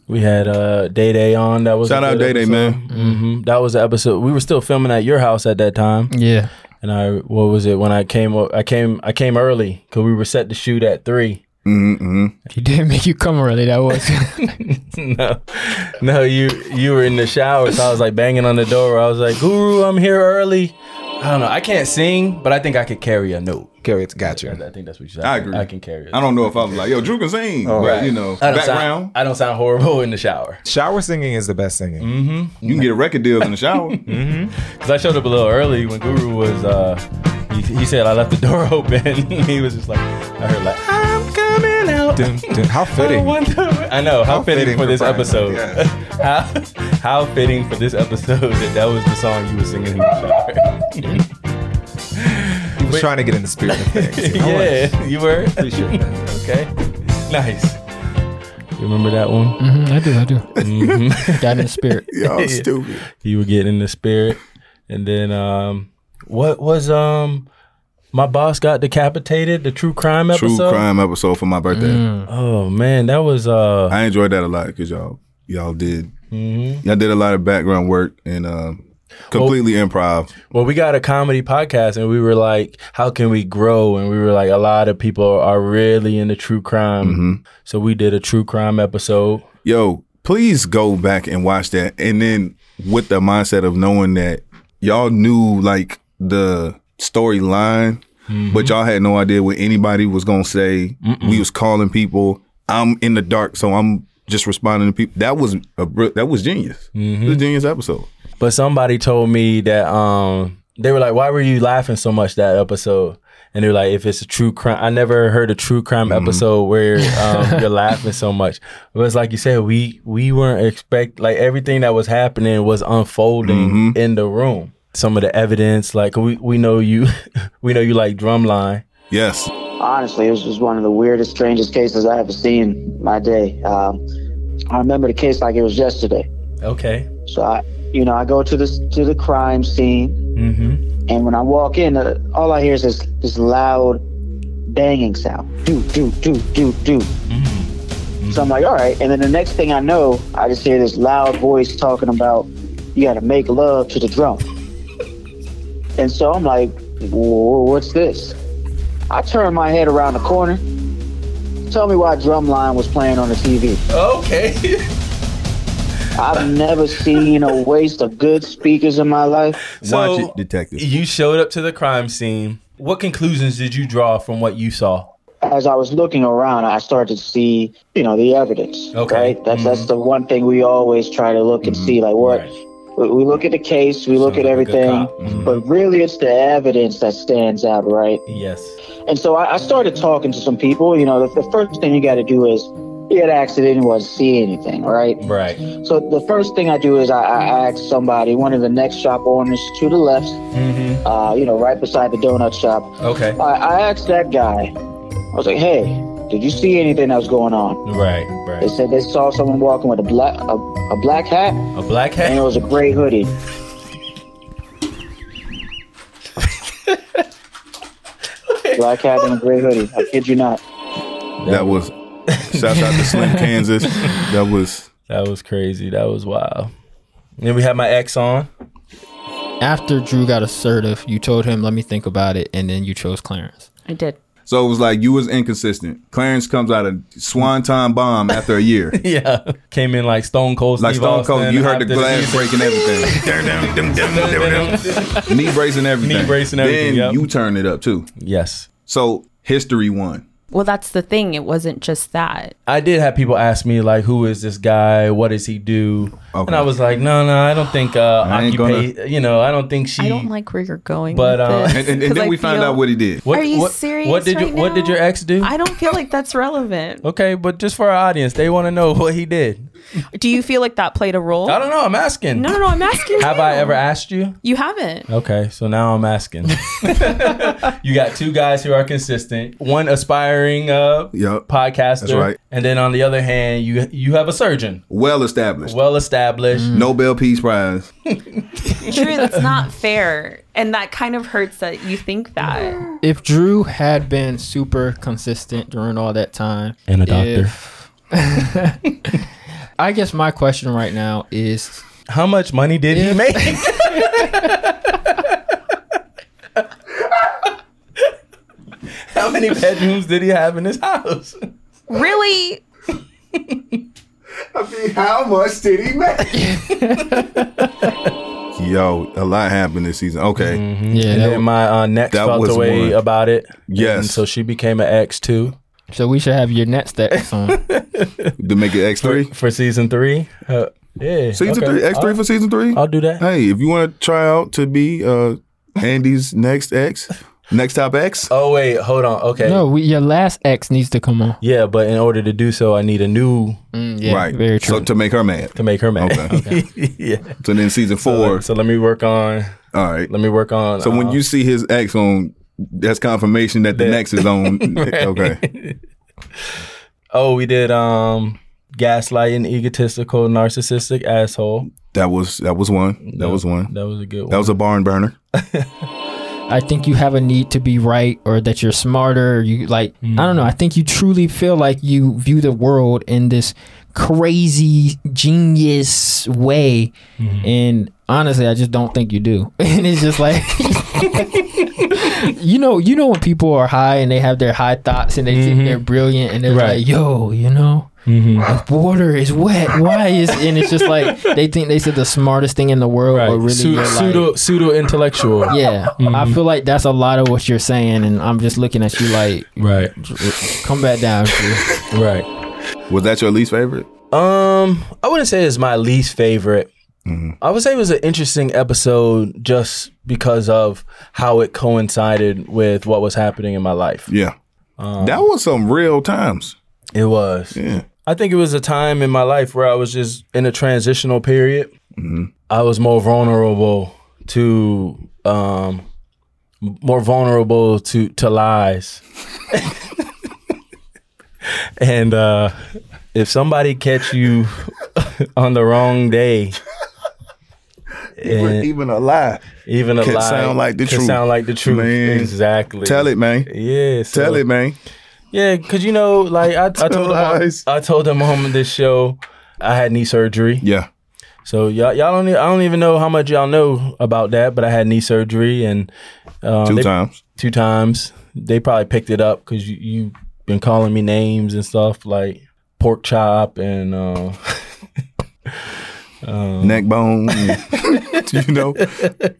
Speaker 1: We had uh Day Day on. That was a
Speaker 2: Shout out
Speaker 1: good
Speaker 2: Day Day,
Speaker 1: episode.
Speaker 2: man.
Speaker 1: hmm That was the episode. We were still filming at your house at that time.
Speaker 4: Yeah.
Speaker 1: and I what was it when I came o- I came I came early because we were set to shoot at three.
Speaker 2: Mm-hmm.
Speaker 4: He didn't make you come early. That was.
Speaker 1: no, no, you you were in the shower, so I was like banging on the door. I was like, Guru, I'm here early. I don't know. I can't sing, but I think I could carry a note.
Speaker 8: Carry it. Gotcha.
Speaker 1: I think that's what you said.
Speaker 2: I agree.
Speaker 1: I can carry it.
Speaker 2: I don't know if I was like, yo, Drew can sing. but, you know,
Speaker 1: I don't
Speaker 2: background.
Speaker 1: Sound, I don't sound horrible in the shower
Speaker 8: Shower singing is the best singing.
Speaker 1: Mm.
Speaker 2: You can get a record deal in the shower.
Speaker 1: because I showed up a little early when Guru was. uh he, he said I left the door open. he was just like, I heard like, I'm coming out.
Speaker 8: Dun, dun. How
Speaker 1: I
Speaker 8: fitting.
Speaker 1: wonder- I know how, fitting,
Speaker 8: fitting
Speaker 1: for
Speaker 8: for
Speaker 1: this
Speaker 8: Pride Month,
Speaker 1: episode.
Speaker 8: yes.
Speaker 1: how how fitting for this episode that that was the song you were singing in the shower.
Speaker 8: He was trying to get in the spirit of things. I wanna-
Speaker 1: yeah, you were.
Speaker 8: Appreciate that.
Speaker 1: Okay, nice. You remember that one?
Speaker 8: Mm-hmm.
Speaker 4: Mhm, I do. I do. Got Mm-hmm. in the spirit.
Speaker 2: Y'all stupid.
Speaker 1: You were getting in the spirit, and then um, what was um, my boss got decapitated. The true crime
Speaker 2: True
Speaker 1: episode.
Speaker 2: crime episode for my birthday.
Speaker 1: Oh man, that was uh.
Speaker 2: I enjoyed that a lot because y'all y'all did
Speaker 1: mhm.
Speaker 2: y'all did a lot of background work and um, completely improv.
Speaker 1: Well, we got a comedy podcast and we were like, how can we grow? And we were like, a lot of people are really into true crime. So we did a true crime episode.
Speaker 2: Yo, please go back and watch that, and then with the mindset of knowing that y'all knew like the storyline, but y'all had no idea what anybody was gonna say. We was calling people. I'm in the dark, so I'm just responding to people. That was a br- that was genius. It was a genius episode.
Speaker 1: But somebody told me that um they were like, why were you laughing so much that episode? And they were like, if it's a true crime, I never heard a true crime episode where um, you're laughing so much. But it's like you said, we we weren't expect like everything that was happening was unfolding in the room. Some of the evidence, like we we know you, we know you like drumline.
Speaker 2: Yes,
Speaker 9: honestly, this was one of the weirdest, strangest cases I ever seen in my day. Um, I remember the case like it was yesterday.
Speaker 1: Okay.
Speaker 9: So I, you know, I go to this to the crime scene,
Speaker 1: Mm-hmm.
Speaker 9: and when I walk in, uh, all I hear is this, this loud banging sound, do do do do do. So I'm like, all right. And then the next thing I know, I just hear this loud voice talking about you got to make love to the drum. And so I'm like, "Wha- what's this? I turned my head around the corner. Tell me why Drumline was playing on the TV.
Speaker 1: Okay.
Speaker 9: I've never seen a waste of good speakers in my life.
Speaker 2: Watch it, detective.
Speaker 1: You showed up to the crime scene. What conclusions did you draw from what you saw?
Speaker 9: As I was looking around, I started to see, you know, the evidence.
Speaker 1: Okay. Mm-hmm.
Speaker 9: Right? That's that's the one thing we always try to look and see, like what
Speaker 1: Right.
Speaker 9: we we look at the case, we look
Speaker 1: Sounds
Speaker 9: at
Speaker 1: like a
Speaker 9: everything,
Speaker 1: cop. Mhm.
Speaker 9: but really it's the evidence that stands out, right?
Speaker 1: Yes.
Speaker 9: And so I, I started talking to some people. You know, the, the first thing you got to do is he had an accident, he wasn't see anything, right?
Speaker 1: Right.
Speaker 9: So the first thing I do is I, I ask somebody, one of the next shop owners to the left,
Speaker 1: Mm-hmm.
Speaker 9: uh, you know, right beside the donut shop.
Speaker 1: Okay.
Speaker 9: I, I asked that guy, I was like, hey, did you see anything that was going on?
Speaker 1: Right.
Speaker 9: They
Speaker 1: Right.
Speaker 9: said they saw someone walking with a black a, a black hat
Speaker 1: A black
Speaker 9: and it
Speaker 1: hat.
Speaker 9: was a gray hoodie. black hat and a gray hoodie. I kid you not.
Speaker 2: That was shout out to Slim Kansas. That was
Speaker 1: That was crazy. That was wild. Then we had my ex on.
Speaker 4: After Drew got assertive, you told him, "Let me think about it," and then you chose Clarence.
Speaker 5: I did.
Speaker 2: so it was like you was inconsistent. Clarence comes out a swanton bomb after a year.
Speaker 1: Yeah. Came in like Stone Cold.
Speaker 2: Like
Speaker 1: Steve
Speaker 2: Stone Cold,
Speaker 1: Austin,
Speaker 2: you heard the
Speaker 1: hopped in
Speaker 2: glass
Speaker 1: music.
Speaker 2: breaking everything. Dum, dum, dum, dum, dum, dum. Knee brace and everything.
Speaker 1: Knee brace and everything, yep.
Speaker 2: Then you turn it up too.
Speaker 1: Yes.
Speaker 2: So history won.
Speaker 10: Well, that's the thing. It wasn't just that.
Speaker 1: I did have people ask me like, "Who is this guy? What does he do?"
Speaker 2: Okay.
Speaker 1: And I was like, "No, no, I don't think uh,
Speaker 2: I ain't
Speaker 1: occupa- You know, I don't think she.
Speaker 10: I don't like where you're going.
Speaker 1: But,
Speaker 10: with
Speaker 1: uh,
Speaker 10: this,
Speaker 2: And, and, and
Speaker 10: 'cause
Speaker 2: then
Speaker 10: I
Speaker 2: we find
Speaker 10: feel-
Speaker 2: out what he did.
Speaker 1: What,
Speaker 10: Are you
Speaker 1: what,
Speaker 10: serious
Speaker 1: What did
Speaker 10: right
Speaker 1: you What did
Speaker 10: now?
Speaker 1: your ex do?
Speaker 10: I don't feel like that's relevant.
Speaker 1: okay, but just for our audience, they want to know what he did.
Speaker 10: Do you feel like that played a role?
Speaker 1: I don't know. I'm asking.
Speaker 10: No, no, no. I'm asking.
Speaker 1: Have
Speaker 10: you.
Speaker 1: I ever asked you?
Speaker 10: You haven't.
Speaker 1: Okay, so now I'm asking. you got two guys who are consistent. One aspiring uh,
Speaker 2: Yup.
Speaker 1: podcaster,
Speaker 2: That's right.
Speaker 1: and then on the other hand, you you have a surgeon,
Speaker 2: Well established. Mm.
Speaker 1: well established.
Speaker 2: Nobel Peace Prize.
Speaker 10: Drew, that's not fair. And that kind of hurts that you think that.
Speaker 4: If Drew had been super consistent during all that time
Speaker 1: And a doctor.
Speaker 4: if- I guess my question right now is
Speaker 1: How much money did he
Speaker 4: If-
Speaker 1: make? How many bedrooms did he have in his house?
Speaker 10: Really?
Speaker 2: I mean, how much did he make? Yo, a lot happened this season. Okay.
Speaker 4: yeah.
Speaker 1: Mm, And
Speaker 4: that
Speaker 1: then my uh, next
Speaker 2: that
Speaker 1: felt
Speaker 2: was
Speaker 1: away
Speaker 2: one.
Speaker 1: about it.
Speaker 2: Yes.
Speaker 1: And so she became an ex too
Speaker 4: would- so we should have your next ex on.
Speaker 2: To make it X three.
Speaker 1: for season three. Uh, yeah.
Speaker 2: Season
Speaker 1: okay. Uh,
Speaker 2: three. X three
Speaker 1: I'll,
Speaker 2: for season three.
Speaker 1: I'll do that.
Speaker 2: Hey, if you want to try out to be uh Andy's next ex, next top ex,
Speaker 1: Oh wait, hold on. Okay.
Speaker 4: no, we, your last ex needs to come on.
Speaker 1: Yeah, but in order to do so, I need a new
Speaker 4: Mm, yeah,
Speaker 2: right?
Speaker 4: Very true.
Speaker 2: So to make her mad.
Speaker 1: to make her mad.
Speaker 2: Okay.
Speaker 1: yeah.
Speaker 2: So then season four.
Speaker 1: so let me work on.
Speaker 2: all right.
Speaker 1: Let me work on.
Speaker 2: So when
Speaker 1: uh,
Speaker 2: you see his ex on, that's confirmation that the
Speaker 1: That-
Speaker 2: next is on. Okay.
Speaker 1: oh, we did um gaslighting, egotistical, narcissistic asshole.
Speaker 2: That was that was one. That was one.
Speaker 1: That was a good one.
Speaker 2: That was a barn burner.
Speaker 4: I think you have a need to be right or that you're smarter. You like, I don't know. I think you truly feel like you view the world in this crazy genius way.
Speaker 1: Mm-hmm.
Speaker 4: And honestly, I just don't think you do. And it's just like, you know, you know, when people are high and they have their high thoughts and they think they're brilliant and they're
Speaker 1: Mm-hmm. Right.
Speaker 4: like, yo, you know,
Speaker 1: Mm-hmm.
Speaker 2: Oh,
Speaker 4: the water is wet. Why is, and it's just like, they think they said the smartest thing in the world,
Speaker 1: right.
Speaker 4: but really,
Speaker 1: Pseu-
Speaker 4: you're like-
Speaker 1: pseudo pseudo intellectual.
Speaker 4: yeah, I feel like that's a lot of what you're saying, and I'm just looking at you like,
Speaker 1: Right.
Speaker 4: come back down. Drew.
Speaker 1: Right.
Speaker 2: Was that your least favorite?
Speaker 1: Um, I wouldn't say it's my least favorite. I would say it was an interesting episode just because of how it coincided with what was happening in my life.
Speaker 2: Yeah.
Speaker 1: Um,
Speaker 2: that was some real times.
Speaker 1: It was.
Speaker 2: Yeah.
Speaker 1: I think it was a time in my life where I was just in a transitional period.
Speaker 2: Mm-hmm.
Speaker 1: I was more vulnerable to um more vulnerable to to lies. and uh if somebody catch you on the wrong day,
Speaker 2: Even,
Speaker 1: and
Speaker 2: even a lie.
Speaker 1: even a
Speaker 2: can
Speaker 1: lie
Speaker 2: sound like the
Speaker 1: can
Speaker 2: truth.
Speaker 1: sound like the truth.
Speaker 2: Man.
Speaker 1: Exactly.
Speaker 2: Tell it, man.
Speaker 1: Yeah. so-
Speaker 2: Tell it, man.
Speaker 1: yeah, because you know, like I, I told uh, them, on,
Speaker 2: Lies.
Speaker 1: I told them on this show, I had knee surgery.
Speaker 2: Yeah.
Speaker 1: So y'all, y'all don't, e- I don't even know how much y'all know about that, but I had knee surgery and um,
Speaker 2: Two
Speaker 1: they-
Speaker 2: times.
Speaker 1: two times. They probably picked it up because you, you been calling me names and stuff like pork chop and uh, um,
Speaker 2: neck bone. you know,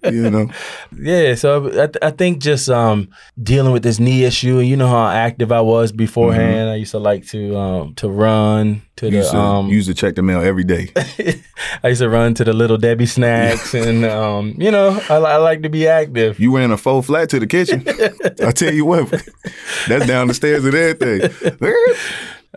Speaker 2: you know.
Speaker 1: yeah. So I, I think just um, dealing with this knee issue and you know how active I was beforehand. I used to like to um, to run to
Speaker 2: Mm-hmm. You
Speaker 1: the
Speaker 2: used, to,
Speaker 1: um,
Speaker 2: you used to check the mail every day.
Speaker 1: I used to run to the little Debbie snacks and um, you know I, li- I like to be active.
Speaker 2: You ran a full flat to the kitchen. I tell you what, that's down the stairs and everything.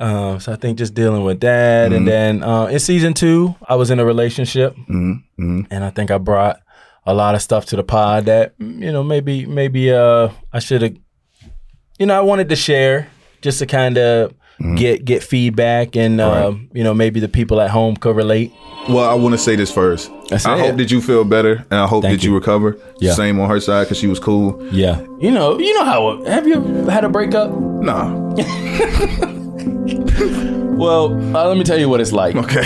Speaker 1: Um, so I think just dealing with that, and then uh, in season two, I was in a relationship, and I think I brought a lot of stuff to the pod that you know maybe maybe uh, I should have, you know, I wanted to share just to kind of get get feedback, and um, you know maybe the people at home could relate.
Speaker 2: Well, I want to say this first.
Speaker 1: That's
Speaker 2: I
Speaker 1: it.
Speaker 2: hope that you feel better, and I hope
Speaker 1: Thank
Speaker 2: that you,
Speaker 1: you.
Speaker 2: recover.
Speaker 1: Yeah.
Speaker 2: Same on her side because she was cool.
Speaker 1: Yeah, you know, you know how have you had a breakup?
Speaker 2: Nah,
Speaker 1: Well, uh, let me tell you what it's like.
Speaker 2: okay.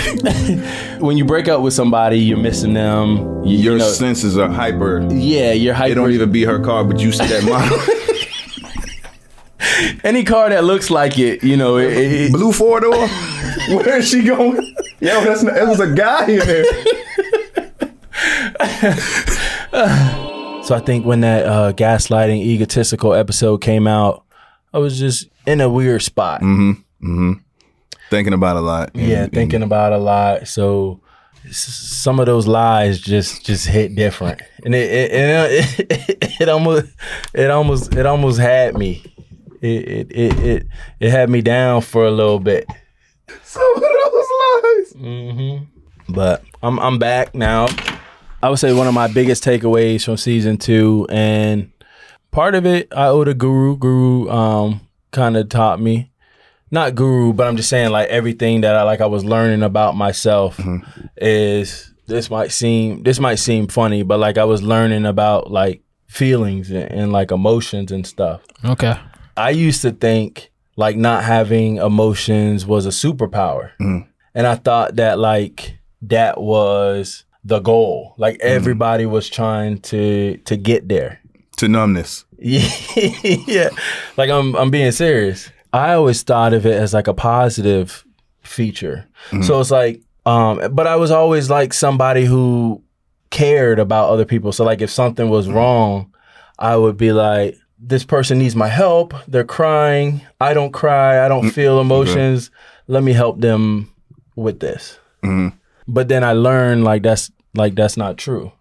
Speaker 1: when you break up with somebody, you're missing them. You, you
Speaker 2: Your
Speaker 1: know-
Speaker 2: senses are hyper.
Speaker 1: yeah, you're hyper.
Speaker 2: It don't even be her car, but you see that model.
Speaker 1: Any car that looks like it, you know, it, it,
Speaker 2: blue four door. Where is she going? Yo, that's not, that was a guy in there.
Speaker 1: So I think when that uh, gaslighting, egotistical episode came out, I was just in a weird spot.
Speaker 2: Thinking about a lot.
Speaker 1: Yeah, thinking about a lot. So s- some of those lies just just hit different, and it it, it, it, it almost it almost it almost had me. It it, it it it had me down for a little bit.
Speaker 2: Some of those lies.
Speaker 1: Mm-hmm. but I'm I'm back now. I would say one of my biggest takeaways from season two, and part of it I owe to Guru. Guru um, kind of taught me, not Guru, but I'm just saying like everything that I like I was learning about myself is this might seem this might seem funny, but like I was learning about like feelings and, and like emotions and stuff.
Speaker 4: Okay.
Speaker 1: I used to think like not having emotions was a superpower. And I thought that like that was the goal. Like everybody was trying to to get there.
Speaker 2: To numbness.
Speaker 1: yeah. Like I'm I'm being serious. I always thought of it as like a positive feature. So it's like um but I was always like somebody who cared about other people. So like if something was wrong, I would be like this person needs my help. They're crying. I don't cry. I don't feel emotions. Let me help them with this. But then I learned like that's like that's not true.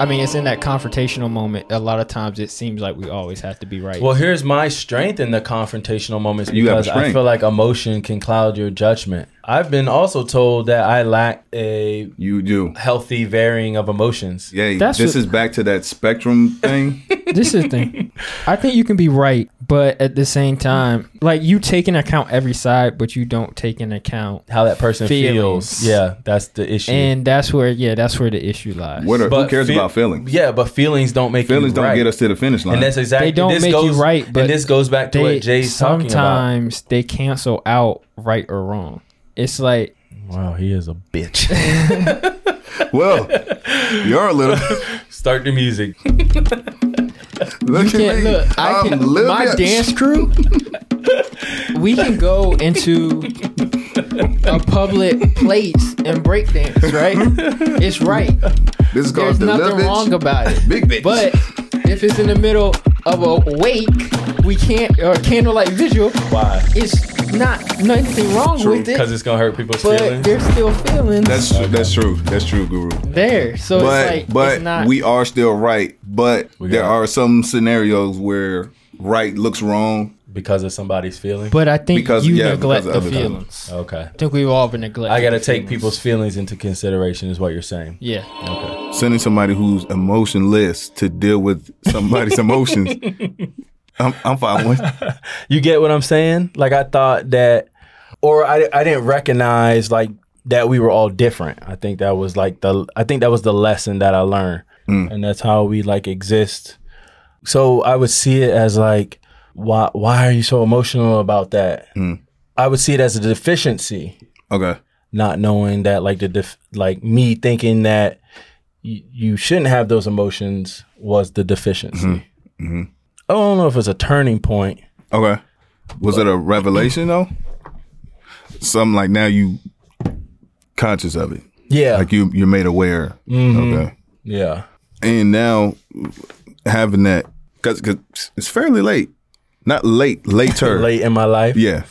Speaker 4: I mean, it's in that confrontational moment. A lot of times, it seems like we always have to be right.
Speaker 1: Well, here's my strength in the confrontational moments
Speaker 2: You have a
Speaker 1: because I
Speaker 2: strength.
Speaker 1: feel like emotion can cloud your judgment. I've been also told that I lack a
Speaker 2: You do.
Speaker 1: healthy varying of emotions.
Speaker 2: Yeah,
Speaker 4: That's
Speaker 2: this
Speaker 4: what-
Speaker 2: is back to that spectrum thing.
Speaker 4: this is the thing. I think you can be right, but at the same time, like you take into account every side, but you don't take into account.
Speaker 1: How that person
Speaker 4: Feelings.
Speaker 1: feels. Yeah, that's the issue.
Speaker 4: And that's where, yeah, that's where the issue lies.
Speaker 2: What are, who cares
Speaker 1: feel-
Speaker 2: about feelings?
Speaker 1: Yeah, but feelings don't make
Speaker 2: Feelings
Speaker 1: you
Speaker 2: don't
Speaker 1: right.
Speaker 2: get us to the finish line.
Speaker 1: And that's exactly
Speaker 4: They don't
Speaker 1: this
Speaker 4: make you
Speaker 1: goes,
Speaker 4: right, but
Speaker 1: and this goes back to
Speaker 4: they
Speaker 1: what Jay's talking about.
Speaker 4: sometimes they cancel out right or wrong. It's like
Speaker 1: Wow, he is a bitch.
Speaker 2: well, you're a little.
Speaker 1: Start the music.
Speaker 2: Look at
Speaker 4: Yeah,
Speaker 2: me.
Speaker 4: look, I
Speaker 2: I'm
Speaker 4: can
Speaker 2: little
Speaker 4: my
Speaker 2: bit-
Speaker 4: dance crew. we can go into a public place and break dance, right? It's right.
Speaker 2: This is called
Speaker 4: There's
Speaker 2: the little
Speaker 4: nothing
Speaker 2: bitch,
Speaker 4: wrong about it.
Speaker 2: big bitch.
Speaker 4: But if it's in the middle of a wake, we can't or candlelight visual.
Speaker 1: Why?
Speaker 4: It's not nothing wrong with
Speaker 1: Because
Speaker 4: it,
Speaker 1: it's gonna hurt people's
Speaker 4: but
Speaker 1: feelings.
Speaker 4: there's still feelings
Speaker 2: that's that's true. That's true, Guru.
Speaker 4: there. So
Speaker 2: But
Speaker 4: it's like
Speaker 2: but
Speaker 4: it's not.
Speaker 2: we are still right. But
Speaker 1: We
Speaker 2: there
Speaker 1: got-
Speaker 2: are some scenarios where right looks wrong.
Speaker 1: because of somebody's feelings.
Speaker 4: but I think
Speaker 2: because-
Speaker 4: you
Speaker 2: yeah, because
Speaker 4: neglect the
Speaker 2: of other
Speaker 4: feelings.
Speaker 1: okay.
Speaker 4: I think we've all been neglecting.
Speaker 1: I gotta
Speaker 4: the
Speaker 1: take
Speaker 4: feelings.
Speaker 1: people's feelings into consideration is what you're saying.
Speaker 4: Yeah.
Speaker 1: Okay.
Speaker 2: Sending somebody who's emotionless to deal with somebody's emotions. I'm, I'm fine with.
Speaker 1: You get what I'm saying? Like I thought that or I I didn't recognize like that we were all different. I think that was like the I think that was the lesson that I learned. And that's how we like exist. So I would see it as like why why are you so emotional about that? I would see it as a deficiency.
Speaker 2: Okay.
Speaker 1: not knowing that like the def- like me thinking that y- you shouldn't have those emotions was the deficiency. I don't know if it's a turning point.
Speaker 2: Okay. Was it a revelation though? Something like now you conscious of it.
Speaker 1: Yeah. Mm-hmm.
Speaker 2: Like you you're made aware. Okay.
Speaker 1: yeah.
Speaker 2: And now having that cuz it's fairly late. Not late, later.
Speaker 1: Late Mm-hmm. in my life.
Speaker 2: Yeah.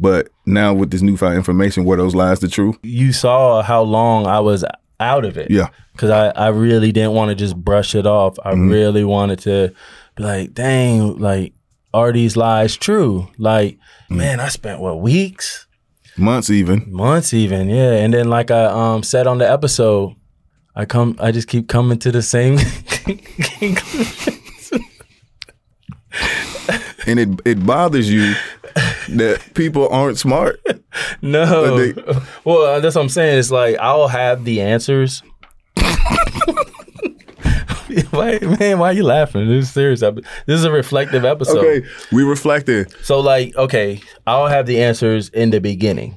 Speaker 2: But now with this newfound information, were those lies the truth?
Speaker 1: you saw how long I was out of it.
Speaker 2: Yeah.
Speaker 1: Cause I, I really didn't want to just brush it off. I
Speaker 2: Mm-hmm.
Speaker 1: really wanted to be like, dang, like are these lies true? Like,
Speaker 2: Mm.
Speaker 1: man, I spent what weeks,
Speaker 2: Months even.
Speaker 1: months even, yeah. And then like I um said on the episode, I come I just keep coming to the same
Speaker 2: And it it bothers you that people aren't smart.
Speaker 1: No.
Speaker 2: But they-
Speaker 1: well, uh, that's what I'm saying. It's like I'll have the answers. why, man, why are you laughing? This is serious. epi- This is a reflective episode.
Speaker 2: Okay. We reflected.
Speaker 1: So, like, okay, I'll have the answers in the beginning.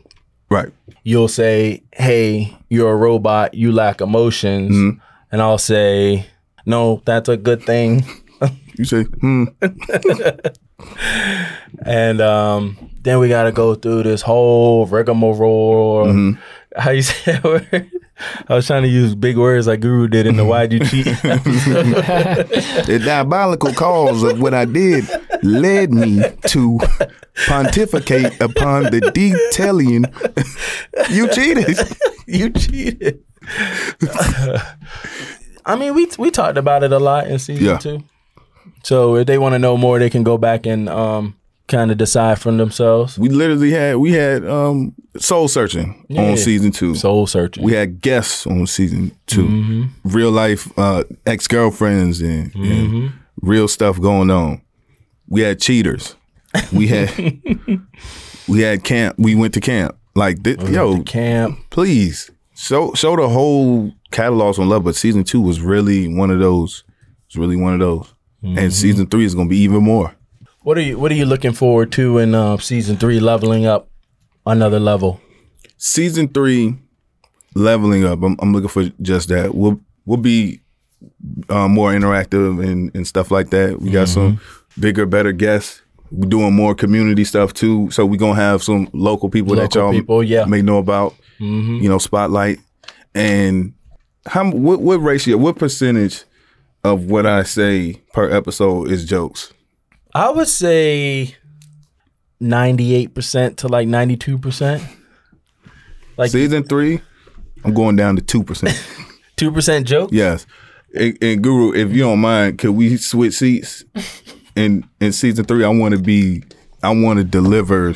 Speaker 2: Right.
Speaker 1: You'll say, "Hey, you're a robot. You lack emotions,"
Speaker 2: Mm-hmm.
Speaker 1: and I'll say, "No, that's a good thing."
Speaker 2: You say, hmm.
Speaker 1: And um, then we got to go through this whole rigmarole.
Speaker 2: Mm-hmm.
Speaker 1: How you say that word? I was trying to use big words like Guru did in
Speaker 2: Mm-hmm.
Speaker 1: the Why'd You Cheat?
Speaker 2: The diabolical cause of what I did led me to pontificate upon the detailing. you cheated.
Speaker 1: you cheated. I mean, we we talked about it a lot in season
Speaker 2: Yeah.
Speaker 1: two. So if they want to know more, they can go back and um, kind of decide from themselves.
Speaker 2: We literally had we had um soul searching
Speaker 1: Yeah.
Speaker 2: on season two.
Speaker 1: Soul searching.
Speaker 2: we had guests on season 2 real life uh, ex girlfriends and, and real stuff going on. We had cheaters. We had we had camp. We went to camp. Like thi- yo,
Speaker 1: camp.
Speaker 2: please show show the whole catalogs on love. But season two was really one of those. It's really one of those. And season three is gonna be even more.
Speaker 1: What are you What are you looking forward to in uh, season three? Leveling up another level.
Speaker 2: season three leveling up i'm, I'm looking for just that we'll we'll be uh, more interactive and, and stuff like that we got some
Speaker 1: Mm-hmm.
Speaker 2: bigger better guests we're doing more community stuff too so we're gonna have some local people that
Speaker 1: Local
Speaker 2: y'all
Speaker 1: people, yeah. Mm-hmm.
Speaker 2: may know about you know spotlight and how m- what, what ratio what percentage of what i say per episode is jokes
Speaker 1: I would say ninety eight percent to like ninety two percent. Like
Speaker 2: season three i'm going down to 2%
Speaker 1: two percent joke.
Speaker 2: Yes. And, and Guru, if you don't mind, could we switch seats? In in season three, I want to be, I want to deliver,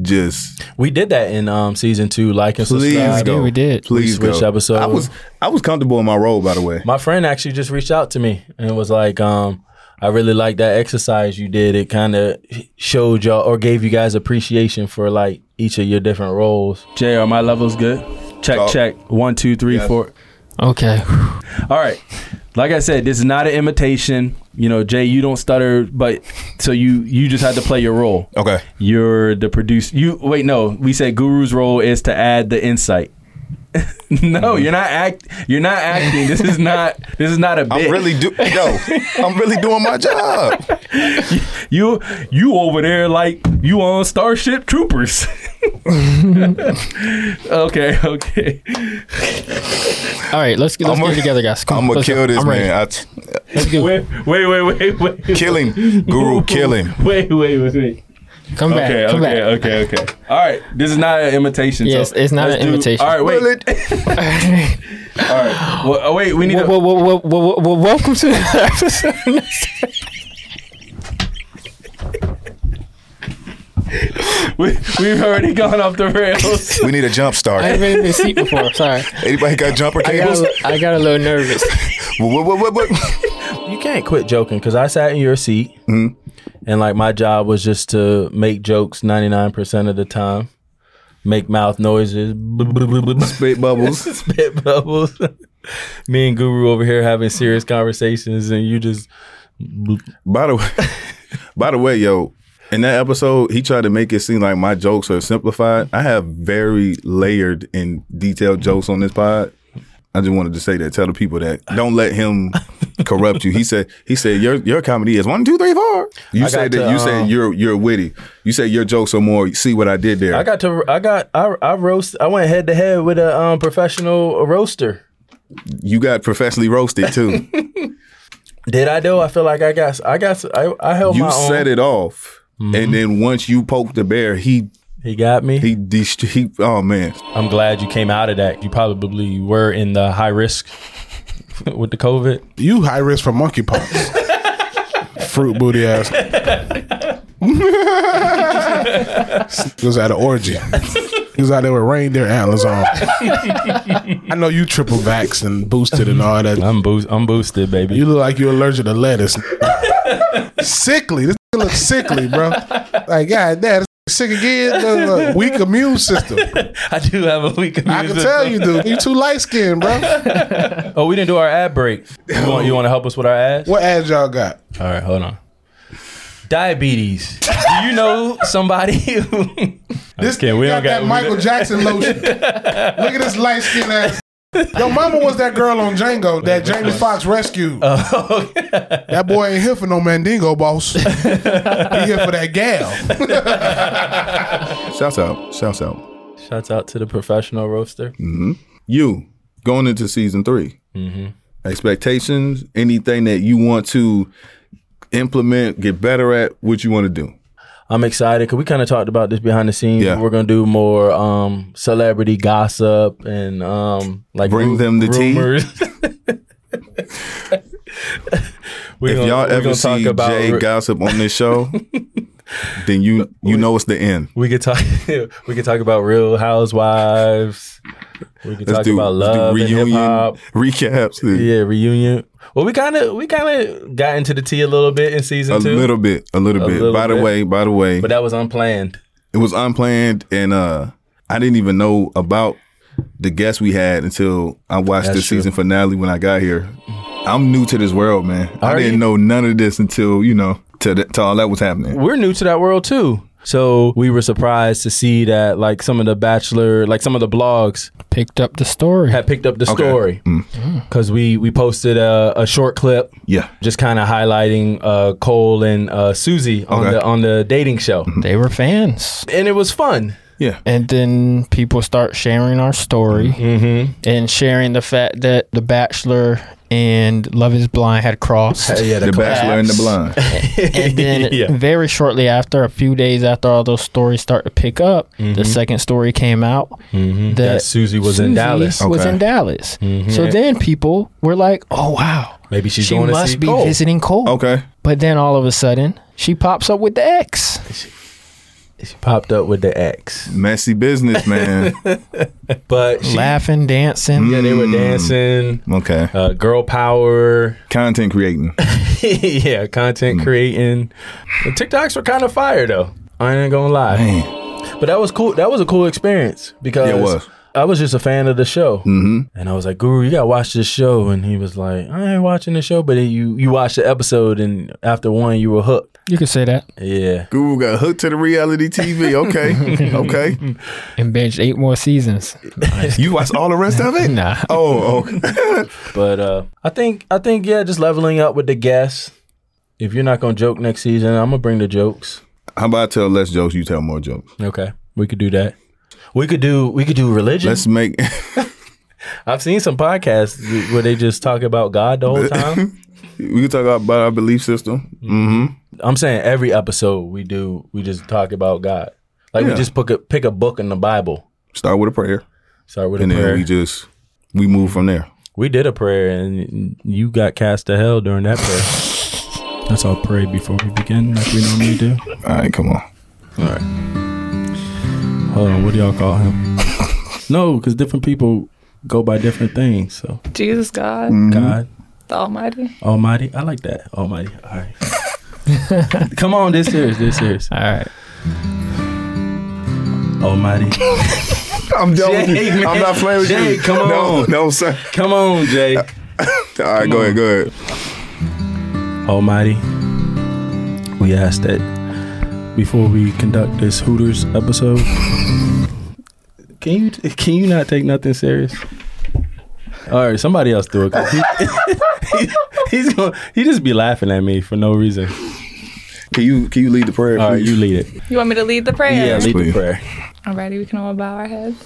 Speaker 2: just
Speaker 1: We did that in um, season two. Like and subscribe.
Speaker 2: please go.
Speaker 4: we did.
Speaker 2: Please
Speaker 1: We
Speaker 2: go.
Speaker 1: switched episodes.
Speaker 2: I was I was comfortable in my role, by the way.
Speaker 1: My friend actually just reached out to me and was like, um, I really like that exercise you did. It kind of showed y'all or gave you guys appreciation for like each of your different roles. Jay, are my levels good? Check,
Speaker 2: Oh.
Speaker 1: check. One, two, three,
Speaker 2: Yes.
Speaker 1: four.
Speaker 4: Okay.
Speaker 1: All right. Like I said, this is not an imitation. You know, Jay, you don't stutter, but so you you just had to play your role.
Speaker 2: Okay.
Speaker 1: You're the producer. You wait, no. We said Guru's role is to add the insight. no,
Speaker 2: Mm-hmm.
Speaker 1: you're not act. You're not acting. This is not. This is not a bit.
Speaker 2: I'm really do yo. I'm really doing my job.
Speaker 1: you you over there like you on Starship Troopers. okay, okay.
Speaker 4: All right. Let's get let's
Speaker 2: I'ma-
Speaker 4: get it together, guys. Come on,
Speaker 2: I'm gonna
Speaker 4: let's go.
Speaker 2: kill this
Speaker 4: I'm ready.
Speaker 2: man. I t-
Speaker 4: Let's do it.
Speaker 1: Wait, wait, wait, wait, wait.
Speaker 2: kill him, Guru. Kill him.
Speaker 1: Wait, wait, wait, wait.
Speaker 4: Come back.
Speaker 1: Okay,
Speaker 4: Come
Speaker 1: okay,
Speaker 4: back.
Speaker 1: okay, okay. All right, this is not an imitation.
Speaker 4: Yes,
Speaker 1: so
Speaker 4: it's not
Speaker 1: let's
Speaker 4: an
Speaker 1: do-
Speaker 4: imitation.
Speaker 1: All right, wait.
Speaker 2: Bullet.
Speaker 1: All right. Well, oh, wait, we need.
Speaker 4: Well,
Speaker 1: to-
Speaker 4: well, well, well, well, well, welcome to the episode.
Speaker 1: we, we've already gone off the rails.
Speaker 2: We need a jump
Speaker 4: I
Speaker 2: start.
Speaker 4: haven't been in this seat before. Sorry.
Speaker 2: Anybody got jumper
Speaker 4: I got,
Speaker 2: cables?
Speaker 4: a, I got a little nervous.
Speaker 2: What- what- what- what?
Speaker 1: you can't quit joking because I sat in your seat,
Speaker 2: Mm-hmm.
Speaker 1: and like my job was just to make jokes ninety nine percent of the time, make mouth noises,
Speaker 2: Spit bubbles.
Speaker 1: spit bubbles. Me and Guru over here having serious conversations, and you just
Speaker 2: By the way, by the way, yo, in that episode, he tried to make it seem like my jokes are simplified. I have very layered and detailed jokes on this pod. I just wanted to say that. Tell the people that don't let him corrupt you. He said he said your your comedy is one two three four. You
Speaker 1: I
Speaker 2: said
Speaker 1: got
Speaker 2: that
Speaker 1: to,
Speaker 2: you said
Speaker 1: um,
Speaker 2: you're you're witty. You said your jokes are more. See what I did there.
Speaker 1: I got to. I got. I, I roast. I went head to head with a um, professional roaster.
Speaker 2: you got professionally roasted too.
Speaker 1: Did I though? I feel like I got. I got. I, I held
Speaker 2: you
Speaker 1: my own. Mm-hmm.
Speaker 2: set it off, and then once you poked the bear, he
Speaker 1: He got me.
Speaker 2: he dest- he. Oh man,
Speaker 1: I'm glad you came out of that. You probably were in the high risk with the COVID.
Speaker 11: You high risk for monkeypox. Fruit booty ass. he was at an orgy. He was out there with reindeer antlers on. I know you triple vaxxed and boosted and all that.
Speaker 1: I'm boost. I'm boosted, baby.
Speaker 11: You look like you're allergic to lettuce. sickly. This looks sickly, bro. Like, God damn, this sick again. Look, look, Weak immune system.
Speaker 1: I do have a weak.
Speaker 11: I can tell you, dude. You too light skinned, bro.
Speaker 1: Oh, we didn't do our ad break. You want, you want to help us with our ads?
Speaker 11: What ads y'all got?
Speaker 1: All right, hold on. Diabetes. do you know somebody? who- I'm
Speaker 11: This
Speaker 1: just kidding. We don't
Speaker 11: got
Speaker 1: got
Speaker 11: that Michael Jackson lotion. Look at this light skin ass. Your mama was that girl on Django that Jamie Foxx rescued.
Speaker 1: Oh,
Speaker 11: that boy ain't here for no Mandingo, boss. he here for that gal.
Speaker 2: shouts out, shouts out.
Speaker 1: Shouts out to the professional roaster.
Speaker 2: you going into season 3 expectations anything that you want to implement get better at what you want to do
Speaker 1: I'm excited because we kind of talked about this behind the scenes.
Speaker 2: Yeah.
Speaker 1: We're gonna do more um, celebrity gossip and um, like
Speaker 2: Bring
Speaker 1: ru-
Speaker 2: them the tea.
Speaker 1: tea.
Speaker 2: if y'all ever see jay gossip on this show then you you know it's the end
Speaker 1: we could talk. we could talk about Real Housewives. We could talk about
Speaker 2: let's
Speaker 1: love and hip hop.
Speaker 2: recaps
Speaker 1: Yeah, reunion. Well, we kind of we kind of got into the tea a little bit in season
Speaker 2: a
Speaker 1: two,
Speaker 2: little bit a little
Speaker 1: A
Speaker 2: bit
Speaker 1: little
Speaker 2: by the
Speaker 1: bit.
Speaker 2: way by the way
Speaker 1: but that was unplanned.
Speaker 2: it was unplanned and uh i didn't even know about the guests we had until i watched
Speaker 1: That's
Speaker 2: the
Speaker 1: true.
Speaker 2: season finale when i got here i'm new to this world man i
Speaker 1: Are
Speaker 2: didn't
Speaker 1: you?
Speaker 2: know none of this until you know to, th- to all that was happening
Speaker 1: we're new to that world too. So we were surprised to see that like some of the bachelor, like some of the blogs
Speaker 4: Picked up the story.
Speaker 1: had picked up the
Speaker 2: Okay. Mm.
Speaker 1: story because we we posted a, a short clip
Speaker 2: yeah
Speaker 1: just kind of highlighting uh, Cole and uh, Susie on
Speaker 2: Okay. Mm-hmm.
Speaker 1: the on the dating show,
Speaker 4: They were fans.
Speaker 1: and it was fun.
Speaker 2: yeah
Speaker 4: And then people start sharing our story and sharing the fact that The Bachelor and Love is Blind had crossed.
Speaker 1: yeah,
Speaker 2: the bachelor and the blind
Speaker 4: and then
Speaker 1: Yeah.
Speaker 4: very shortly after, a few days after all those stories start to pick up, the second story came out Mm-hmm. that,
Speaker 1: that Susie was in
Speaker 4: Susie
Speaker 1: Dallas.
Speaker 4: Was
Speaker 2: Okay.
Speaker 4: in Dallas. Mm-hmm. So then people were like, "Oh wow,
Speaker 1: Maybe she's
Speaker 4: she
Speaker 1: going to
Speaker 4: must
Speaker 1: see
Speaker 4: be
Speaker 1: Cole. Oh.
Speaker 4: visiting Cole."
Speaker 2: okay
Speaker 4: But then all of a sudden, she pops up with the ex.
Speaker 1: She popped up with the ex,
Speaker 2: messy business man
Speaker 1: but she,
Speaker 4: laughing, dancing.
Speaker 1: yeah, they were dancing.
Speaker 2: okay
Speaker 1: Uh, girl power,
Speaker 2: content creating
Speaker 1: yeah, content creating. The TikToks were kind of fire though. I ain't gonna lie. But that was cool. That was a cool experience because
Speaker 2: Yeah, it was.
Speaker 1: I was just a fan of the show, mm-hmm. and I was like, "Guru, you gotta watch this show." And he was like, "I ain't watching the show," but then you you watched the episode, and after one, you were hooked.
Speaker 4: You could say that.
Speaker 1: Yeah,
Speaker 2: guru got hooked to the reality tv okay okay
Speaker 4: And binge eight more seasons.
Speaker 2: you watched all the rest of it
Speaker 4: Nah.
Speaker 2: oh okay
Speaker 1: but uh, I think I think yeah, just leveling up with the guests. If you're not gonna joke next season, I'm gonna bring the jokes.
Speaker 2: how about I tell less jokes you tell more jokes
Speaker 1: Okay, we could do that. We could do we could do religion.
Speaker 2: let's make
Speaker 1: I've seen some podcasts where they just talk about God the whole time.
Speaker 2: we can talk about our belief system hmm
Speaker 1: I'm saying every episode we do, we just talk about God. Like
Speaker 2: Yeah.
Speaker 1: we just pick a pick a book in the Bible.
Speaker 2: start with a prayer
Speaker 1: Start with
Speaker 2: and
Speaker 1: a
Speaker 2: then
Speaker 1: prayer.
Speaker 2: we
Speaker 1: We,
Speaker 2: just we move from there.
Speaker 1: did a prayer, and you got cast to hell during that prayer. Let's all pray before we begin, like we normally do.
Speaker 2: All right, come on.
Speaker 1: Hold on, what do y'all call him? no, because different people go by different things. So
Speaker 10: Jesus God,
Speaker 2: Mm-hmm.
Speaker 1: God,
Speaker 10: the Almighty.
Speaker 1: Almighty, I like that. Almighty, all right. Come on, this serious, this serious.
Speaker 4: All right.
Speaker 1: Almighty.
Speaker 2: I'm done with
Speaker 1: Jay,
Speaker 2: you.
Speaker 1: man.
Speaker 2: I'm not playing with
Speaker 1: Jay,
Speaker 2: you.
Speaker 1: come
Speaker 2: No,
Speaker 1: on.
Speaker 2: no, sir.
Speaker 1: Come on, Jay.
Speaker 2: All right, go ahead, go ahead.
Speaker 1: Almighty, we ask that before we conduct this Hooters episode, can you can you not take nothing serious? All right, somebody else do it. 'cause he- he- he's going. He just be laughing at me for no reason.
Speaker 2: Can you can you lead the prayer?
Speaker 1: All right, you lead it.
Speaker 10: You want me to lead the prayer?
Speaker 1: Yeah, lead the prayer.
Speaker 10: Alrighty, we can all bow our heads.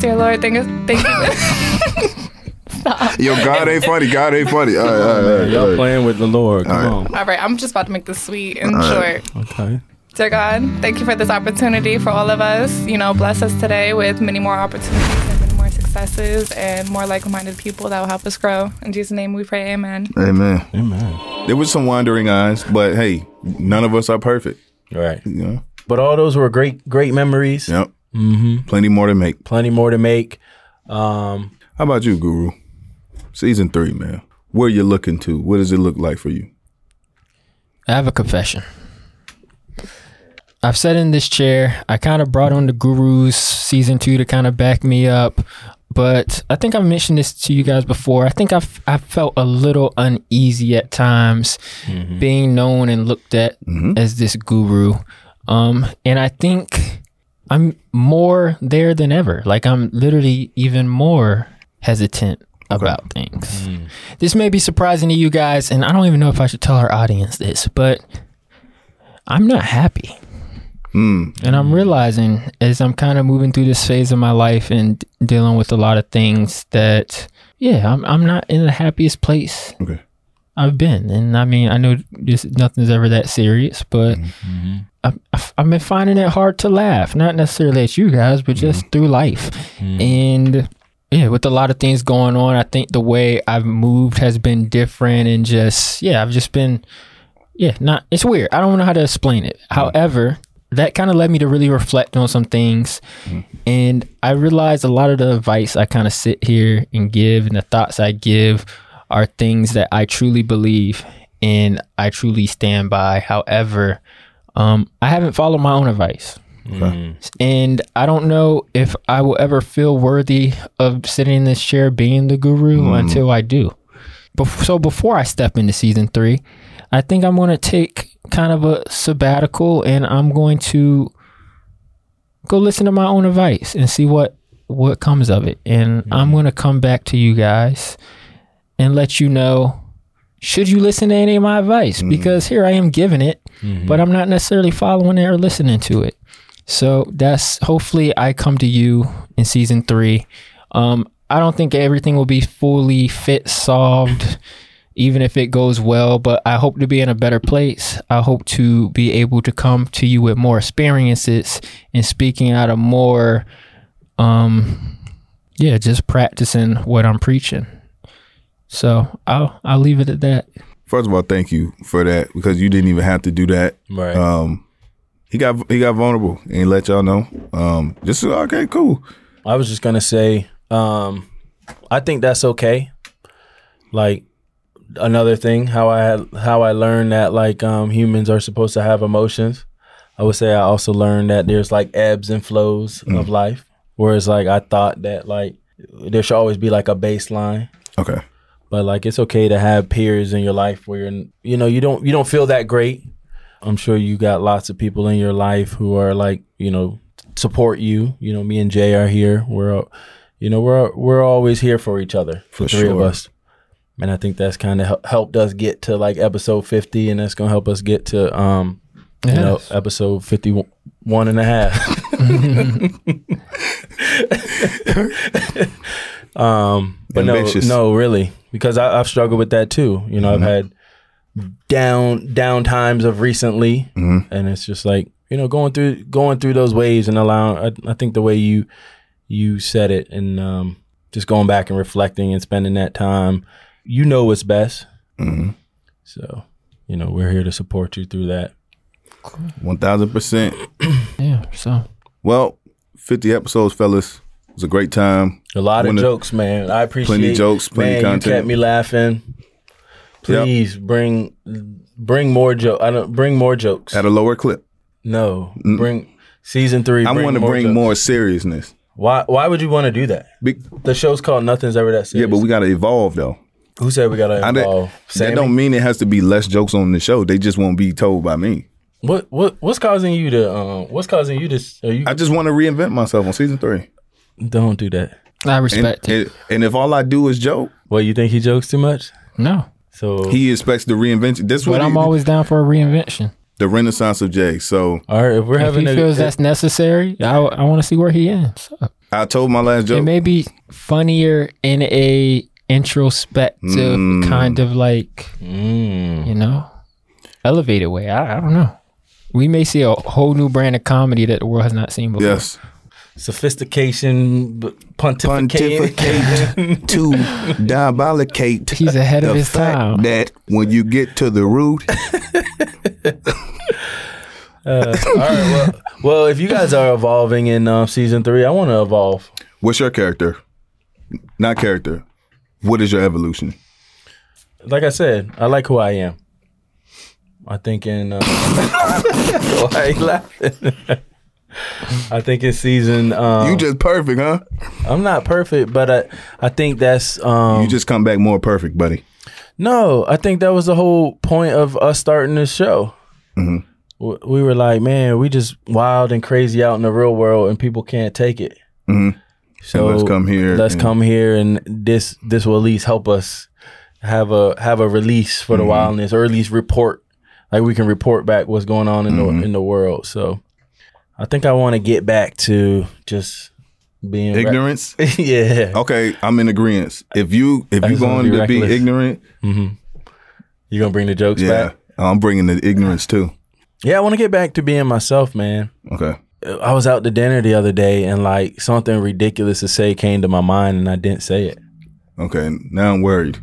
Speaker 10: Dear Lord, thank us. Thank you. Stop.
Speaker 2: Yo, God ain't funny. God ain't funny. All right, all right, all right,
Speaker 1: Y'all
Speaker 2: all right.
Speaker 1: playing with the Lord. Come
Speaker 2: All
Speaker 10: All right, I'm just about to make this sweet and
Speaker 1: All right.
Speaker 10: short.
Speaker 1: on. Okay.
Speaker 10: Dear God, thank you for this opportunity for all of us. You know, bless us today with many more opportunities and many more successes and more like minded people that will help us grow. In Jesus' name we pray, amen.
Speaker 2: Amen.
Speaker 1: Amen.
Speaker 2: There was some wandering eyes, but hey, none of us are perfect.
Speaker 1: Right.
Speaker 2: Yeah.
Speaker 1: But all those were great, great memories.
Speaker 2: Yep.
Speaker 1: Mm-hmm.
Speaker 2: Plenty more to make.
Speaker 1: Plenty more to make. Um,
Speaker 2: How about you, Guru? Season three, man. Where you looking to? What does it look like for you?
Speaker 4: I have a confession. I've sat in this chair. I kind of brought on the gurus season two to kind of back me up, but I think I've mentioned this to you guys before. I think I've I felt a little uneasy at times, being known and looked at as this guru, um, and I think I'm more there than ever. Like I'm literally even more hesitant about things. This may be surprising to you guys, and I don't even know if I should tell our audience this, but I'm not happy. And I'm realizing as I'm kind of moving through this phase of my life and d- dealing with a lot of things that, yeah, I'm, I'm not in the happiest place
Speaker 2: Okay.
Speaker 4: I've been. And I mean, I know this, nothing's ever that serious, but I, I've, I've been finding it hard to laugh, not necessarily at you guys, but just through life. And yeah, with a lot of things going on, I think the way I've moved has been different and just, yeah, I've just been, yeah, not, it's weird. I don't know how to explain it. However, that kind of led me to really reflect on some things. And I realized a lot of the advice I kind of sit here and give and the thoughts I give are things that I truly believe and I truly stand by. However, um, I haven't followed my own advice. And I don't know if I will ever feel worthy of sitting in this chair being the guru until I do. Bef- so before I step into season three, I think I'm going to take kind of a sabbatical and I'm going to go listen to my own advice and see what what comes of it. And I'm going to come back to you guys and let you know should you listen to any of my advice because here I am giving it, but I'm not necessarily following it or listening to it. So that's hopefully I come to you in season three. Um, I don't think everything will be fully fit solved, even if it goes well, but I hope to be in a better place. I hope to be able to come to you with more experiences and speaking out of more, um, yeah, just practicing what I'm preaching. So I'll I'll leave it at that.
Speaker 2: First of all, thank you for that because you didn't even have to do that.
Speaker 1: Right.
Speaker 2: Um, he got he got vulnerable and let y'all know. Um, just okay, cool.
Speaker 1: I was just gonna say, um, I think that's okay. Like another thing, how I how I learned that like um, humans are supposed to have emotions. I would say I also learned that there's like ebbs and flows of life. Whereas like I thought that like there should always be like a baseline.
Speaker 2: Okay.
Speaker 1: But like it's okay to have periods in your life where you're you know you don't you don't feel that great. I'm sure you got lots of people in your life who are like, you know, support you. You know, me and Jay are here. We're, al- you know, we're we're always here for each other, for the
Speaker 2: For
Speaker 1: three of
Speaker 2: sure.
Speaker 1: us. And I think that's kind of hel- helped us get to like episode 50, and that's gonna help us get to, um, you know,
Speaker 4: Yes.
Speaker 1: episode 51 and a half. um, but no,
Speaker 2: Ambitious.
Speaker 1: no, really, because I, I've struggled with that too. You know, I've had down down times of recently and it's just like you know going through going through those waves and allowing I, I think the way you you said it and um just going back and reflecting and spending that time you know what's best so you know we're here to support you through that
Speaker 2: One thousand percent.
Speaker 4: Yeah. So
Speaker 2: Well, fifty episodes, fellas. It was a great time.
Speaker 1: a lot
Speaker 2: Wanna-
Speaker 1: of jokes man i appreciate
Speaker 2: plenty jokes, plenty
Speaker 1: man, you
Speaker 2: content.
Speaker 1: kept me laughing please bring bring more joke i don't bring more jokes
Speaker 2: At a lower clip.
Speaker 1: no bring season 3
Speaker 2: I want to bring
Speaker 1: jokes.
Speaker 2: more seriousness.
Speaker 1: Why why would you want to do that?
Speaker 2: Be-
Speaker 1: the show's called Nothing's Ever That
Speaker 2: Yeah,
Speaker 1: Serious.
Speaker 2: but we got to evolve though.
Speaker 1: Who said we gotta
Speaker 2: I didn't-
Speaker 1: involve Sammy?
Speaker 2: that don't mean it has to be less jokes on the show. They just won't be told by me.
Speaker 1: what what what's causing you to um what's causing you to are you
Speaker 2: I just want to reinvent myself on season three.
Speaker 1: don't do that.
Speaker 4: I respect
Speaker 2: and, it. And, and if all I do is joke,
Speaker 1: well, you think he jokes too much?
Speaker 4: No.
Speaker 1: So
Speaker 2: he expects the reinvention. That's what
Speaker 4: But I'm
Speaker 2: he-
Speaker 4: always down for a reinvention.
Speaker 2: the Renaissance of Jay. So
Speaker 1: all right, if we're
Speaker 4: If he feels that's necessary, I, I want to see where he ends.
Speaker 2: I told my last
Speaker 4: It
Speaker 2: joke.
Speaker 4: may be funnier in a introspective
Speaker 2: Mm.
Speaker 4: kind of like you know elevated way. I, I don't know. We may see a whole new brand of comedy that the world has not seen before.
Speaker 2: Yes.
Speaker 1: Sophistication, b- pontificate.
Speaker 2: Pontificate to diabolicate.
Speaker 4: He's ahead of
Speaker 2: the
Speaker 4: his
Speaker 2: fact
Speaker 4: time.
Speaker 2: That when you get to the root,
Speaker 1: Uh, all right. Well, well, if you guys are evolving in um, season three, I want to evolve.
Speaker 2: what's your character? Not character. What is your evolution?
Speaker 1: Like I said, I like who I am. I think in. Uh, why you laughing? I think in season. Um,
Speaker 2: you just perfect, huh?
Speaker 1: I'm not perfect, but I I think that's um,
Speaker 2: you just come back more perfect, buddy.
Speaker 1: No, I think that was the whole point of us starting this show. Mm-hmm. W- We were like, man, we just wild and crazy out in the real world, and people can't take it.
Speaker 2: Mm-hmm. So let's come here.
Speaker 1: Let's
Speaker 2: and-
Speaker 1: come here, and this this will at least help us have a have a release for the
Speaker 2: Mm-hmm.
Speaker 1: wildness, or at least report like we can report back what's going on in
Speaker 2: Mm-hmm.
Speaker 1: the in the world. So, I think I want to get back to just being rec-
Speaker 2: Ignorance.
Speaker 1: yeah,
Speaker 2: Okay, I'm in agreement. If you if
Speaker 1: I
Speaker 2: you
Speaker 1: just wanna
Speaker 2: going
Speaker 1: be
Speaker 2: to be
Speaker 1: reckless.
Speaker 2: ignorant,
Speaker 1: Mm-hmm. you gonna bring the jokes
Speaker 2: yeah, Oh,
Speaker 1: back?
Speaker 2: I'm bringing the ignorance too.
Speaker 1: Yeah, I want to get back to being myself, man.
Speaker 2: Okay.
Speaker 1: I was out to dinner the other day and like something ridiculous to say came to my mind and I didn't say it.
Speaker 2: Okay, now I'm worried.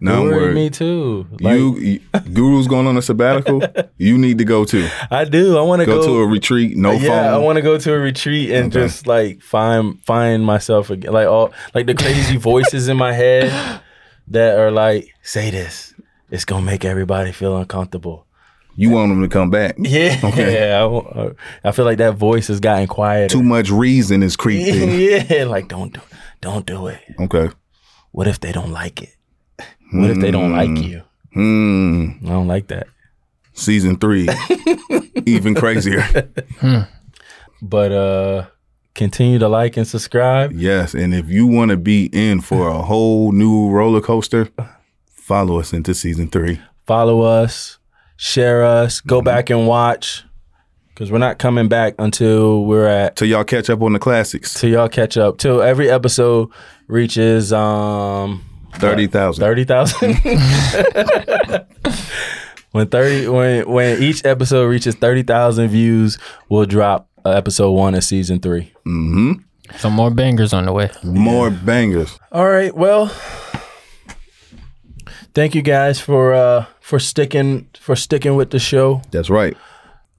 Speaker 2: Now I'm
Speaker 1: Worried
Speaker 2: worried.
Speaker 1: me too. Like,
Speaker 2: You, you Guru's going on a sabbatical. you need to go too.
Speaker 1: I do. I want to
Speaker 2: Go,
Speaker 1: go,
Speaker 2: to a retreat. No
Speaker 1: yeah,
Speaker 2: Oh, phone.
Speaker 1: I want to go to a retreat and
Speaker 2: Okay.
Speaker 1: just like find find myself again. Like all like the crazy voices in my head that are like, say this. It's gonna make everybody feel uncomfortable.
Speaker 2: you want them to come back.
Speaker 1: Yeah,
Speaker 2: Okay.
Speaker 1: I wa- I, feel like that voice has gotten quieter.
Speaker 2: Too much reason is creeping.
Speaker 1: yeah, like don't do, don't do it.
Speaker 2: okay.
Speaker 1: What if they don't like it? What if they don't like you?
Speaker 2: Hmm.
Speaker 1: I don't like that.
Speaker 2: Season three, even crazier.
Speaker 1: But uh continue to like and subscribe.
Speaker 2: Yes, and if you want to be in for a whole new roller coaster, follow us into season three.
Speaker 1: Follow us, share us, go back and watch. Cause we're not coming back until we're at
Speaker 2: Till y'all catch up on the classics.
Speaker 1: till y'all catch up. Till every episode reaches um
Speaker 2: Thirty thousand.
Speaker 1: thirty thousand. when thirty when when each episode reaches thirty thousand views, we'll drop uh, episode one of season three.
Speaker 2: Mm-hmm.
Speaker 4: Some more bangers on the way.
Speaker 2: More bangers.
Speaker 1: All right. Well, thank you guys for uh for sticking for sticking with the show.
Speaker 2: That's right.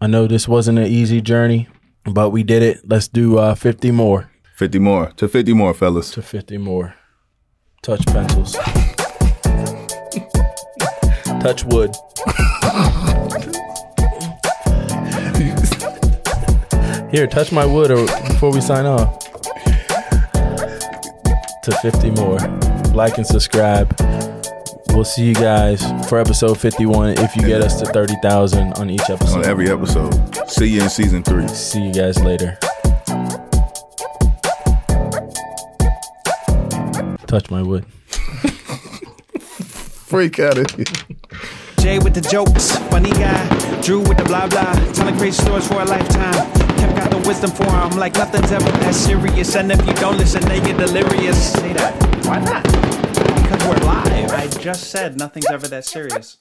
Speaker 1: I know this wasn't an easy journey, but we did it. Let's do uh 50 more.
Speaker 2: Fifty more to fifty more, fellas.
Speaker 1: To 50 more. Touch pencils. Touch wood. Here, touch my wood or before we sign off. To 50 more. Like and subscribe. We'll see you guys for episode 51 if you get us to 30,000 on each
Speaker 2: on
Speaker 1: episode.
Speaker 2: every episode. See you in season three.
Speaker 1: See you guys later. Touch my wood.
Speaker 2: Freak out of here.
Speaker 12: Jay with the jokes, funny guy. Drew with the blah blah, telling crazy stories for a lifetime. Kev got the wisdom for him, like nothing's ever that serious. And if you don't listen, then you're delirious. Say that. Why not? Because we're live. I just said nothing's ever that serious.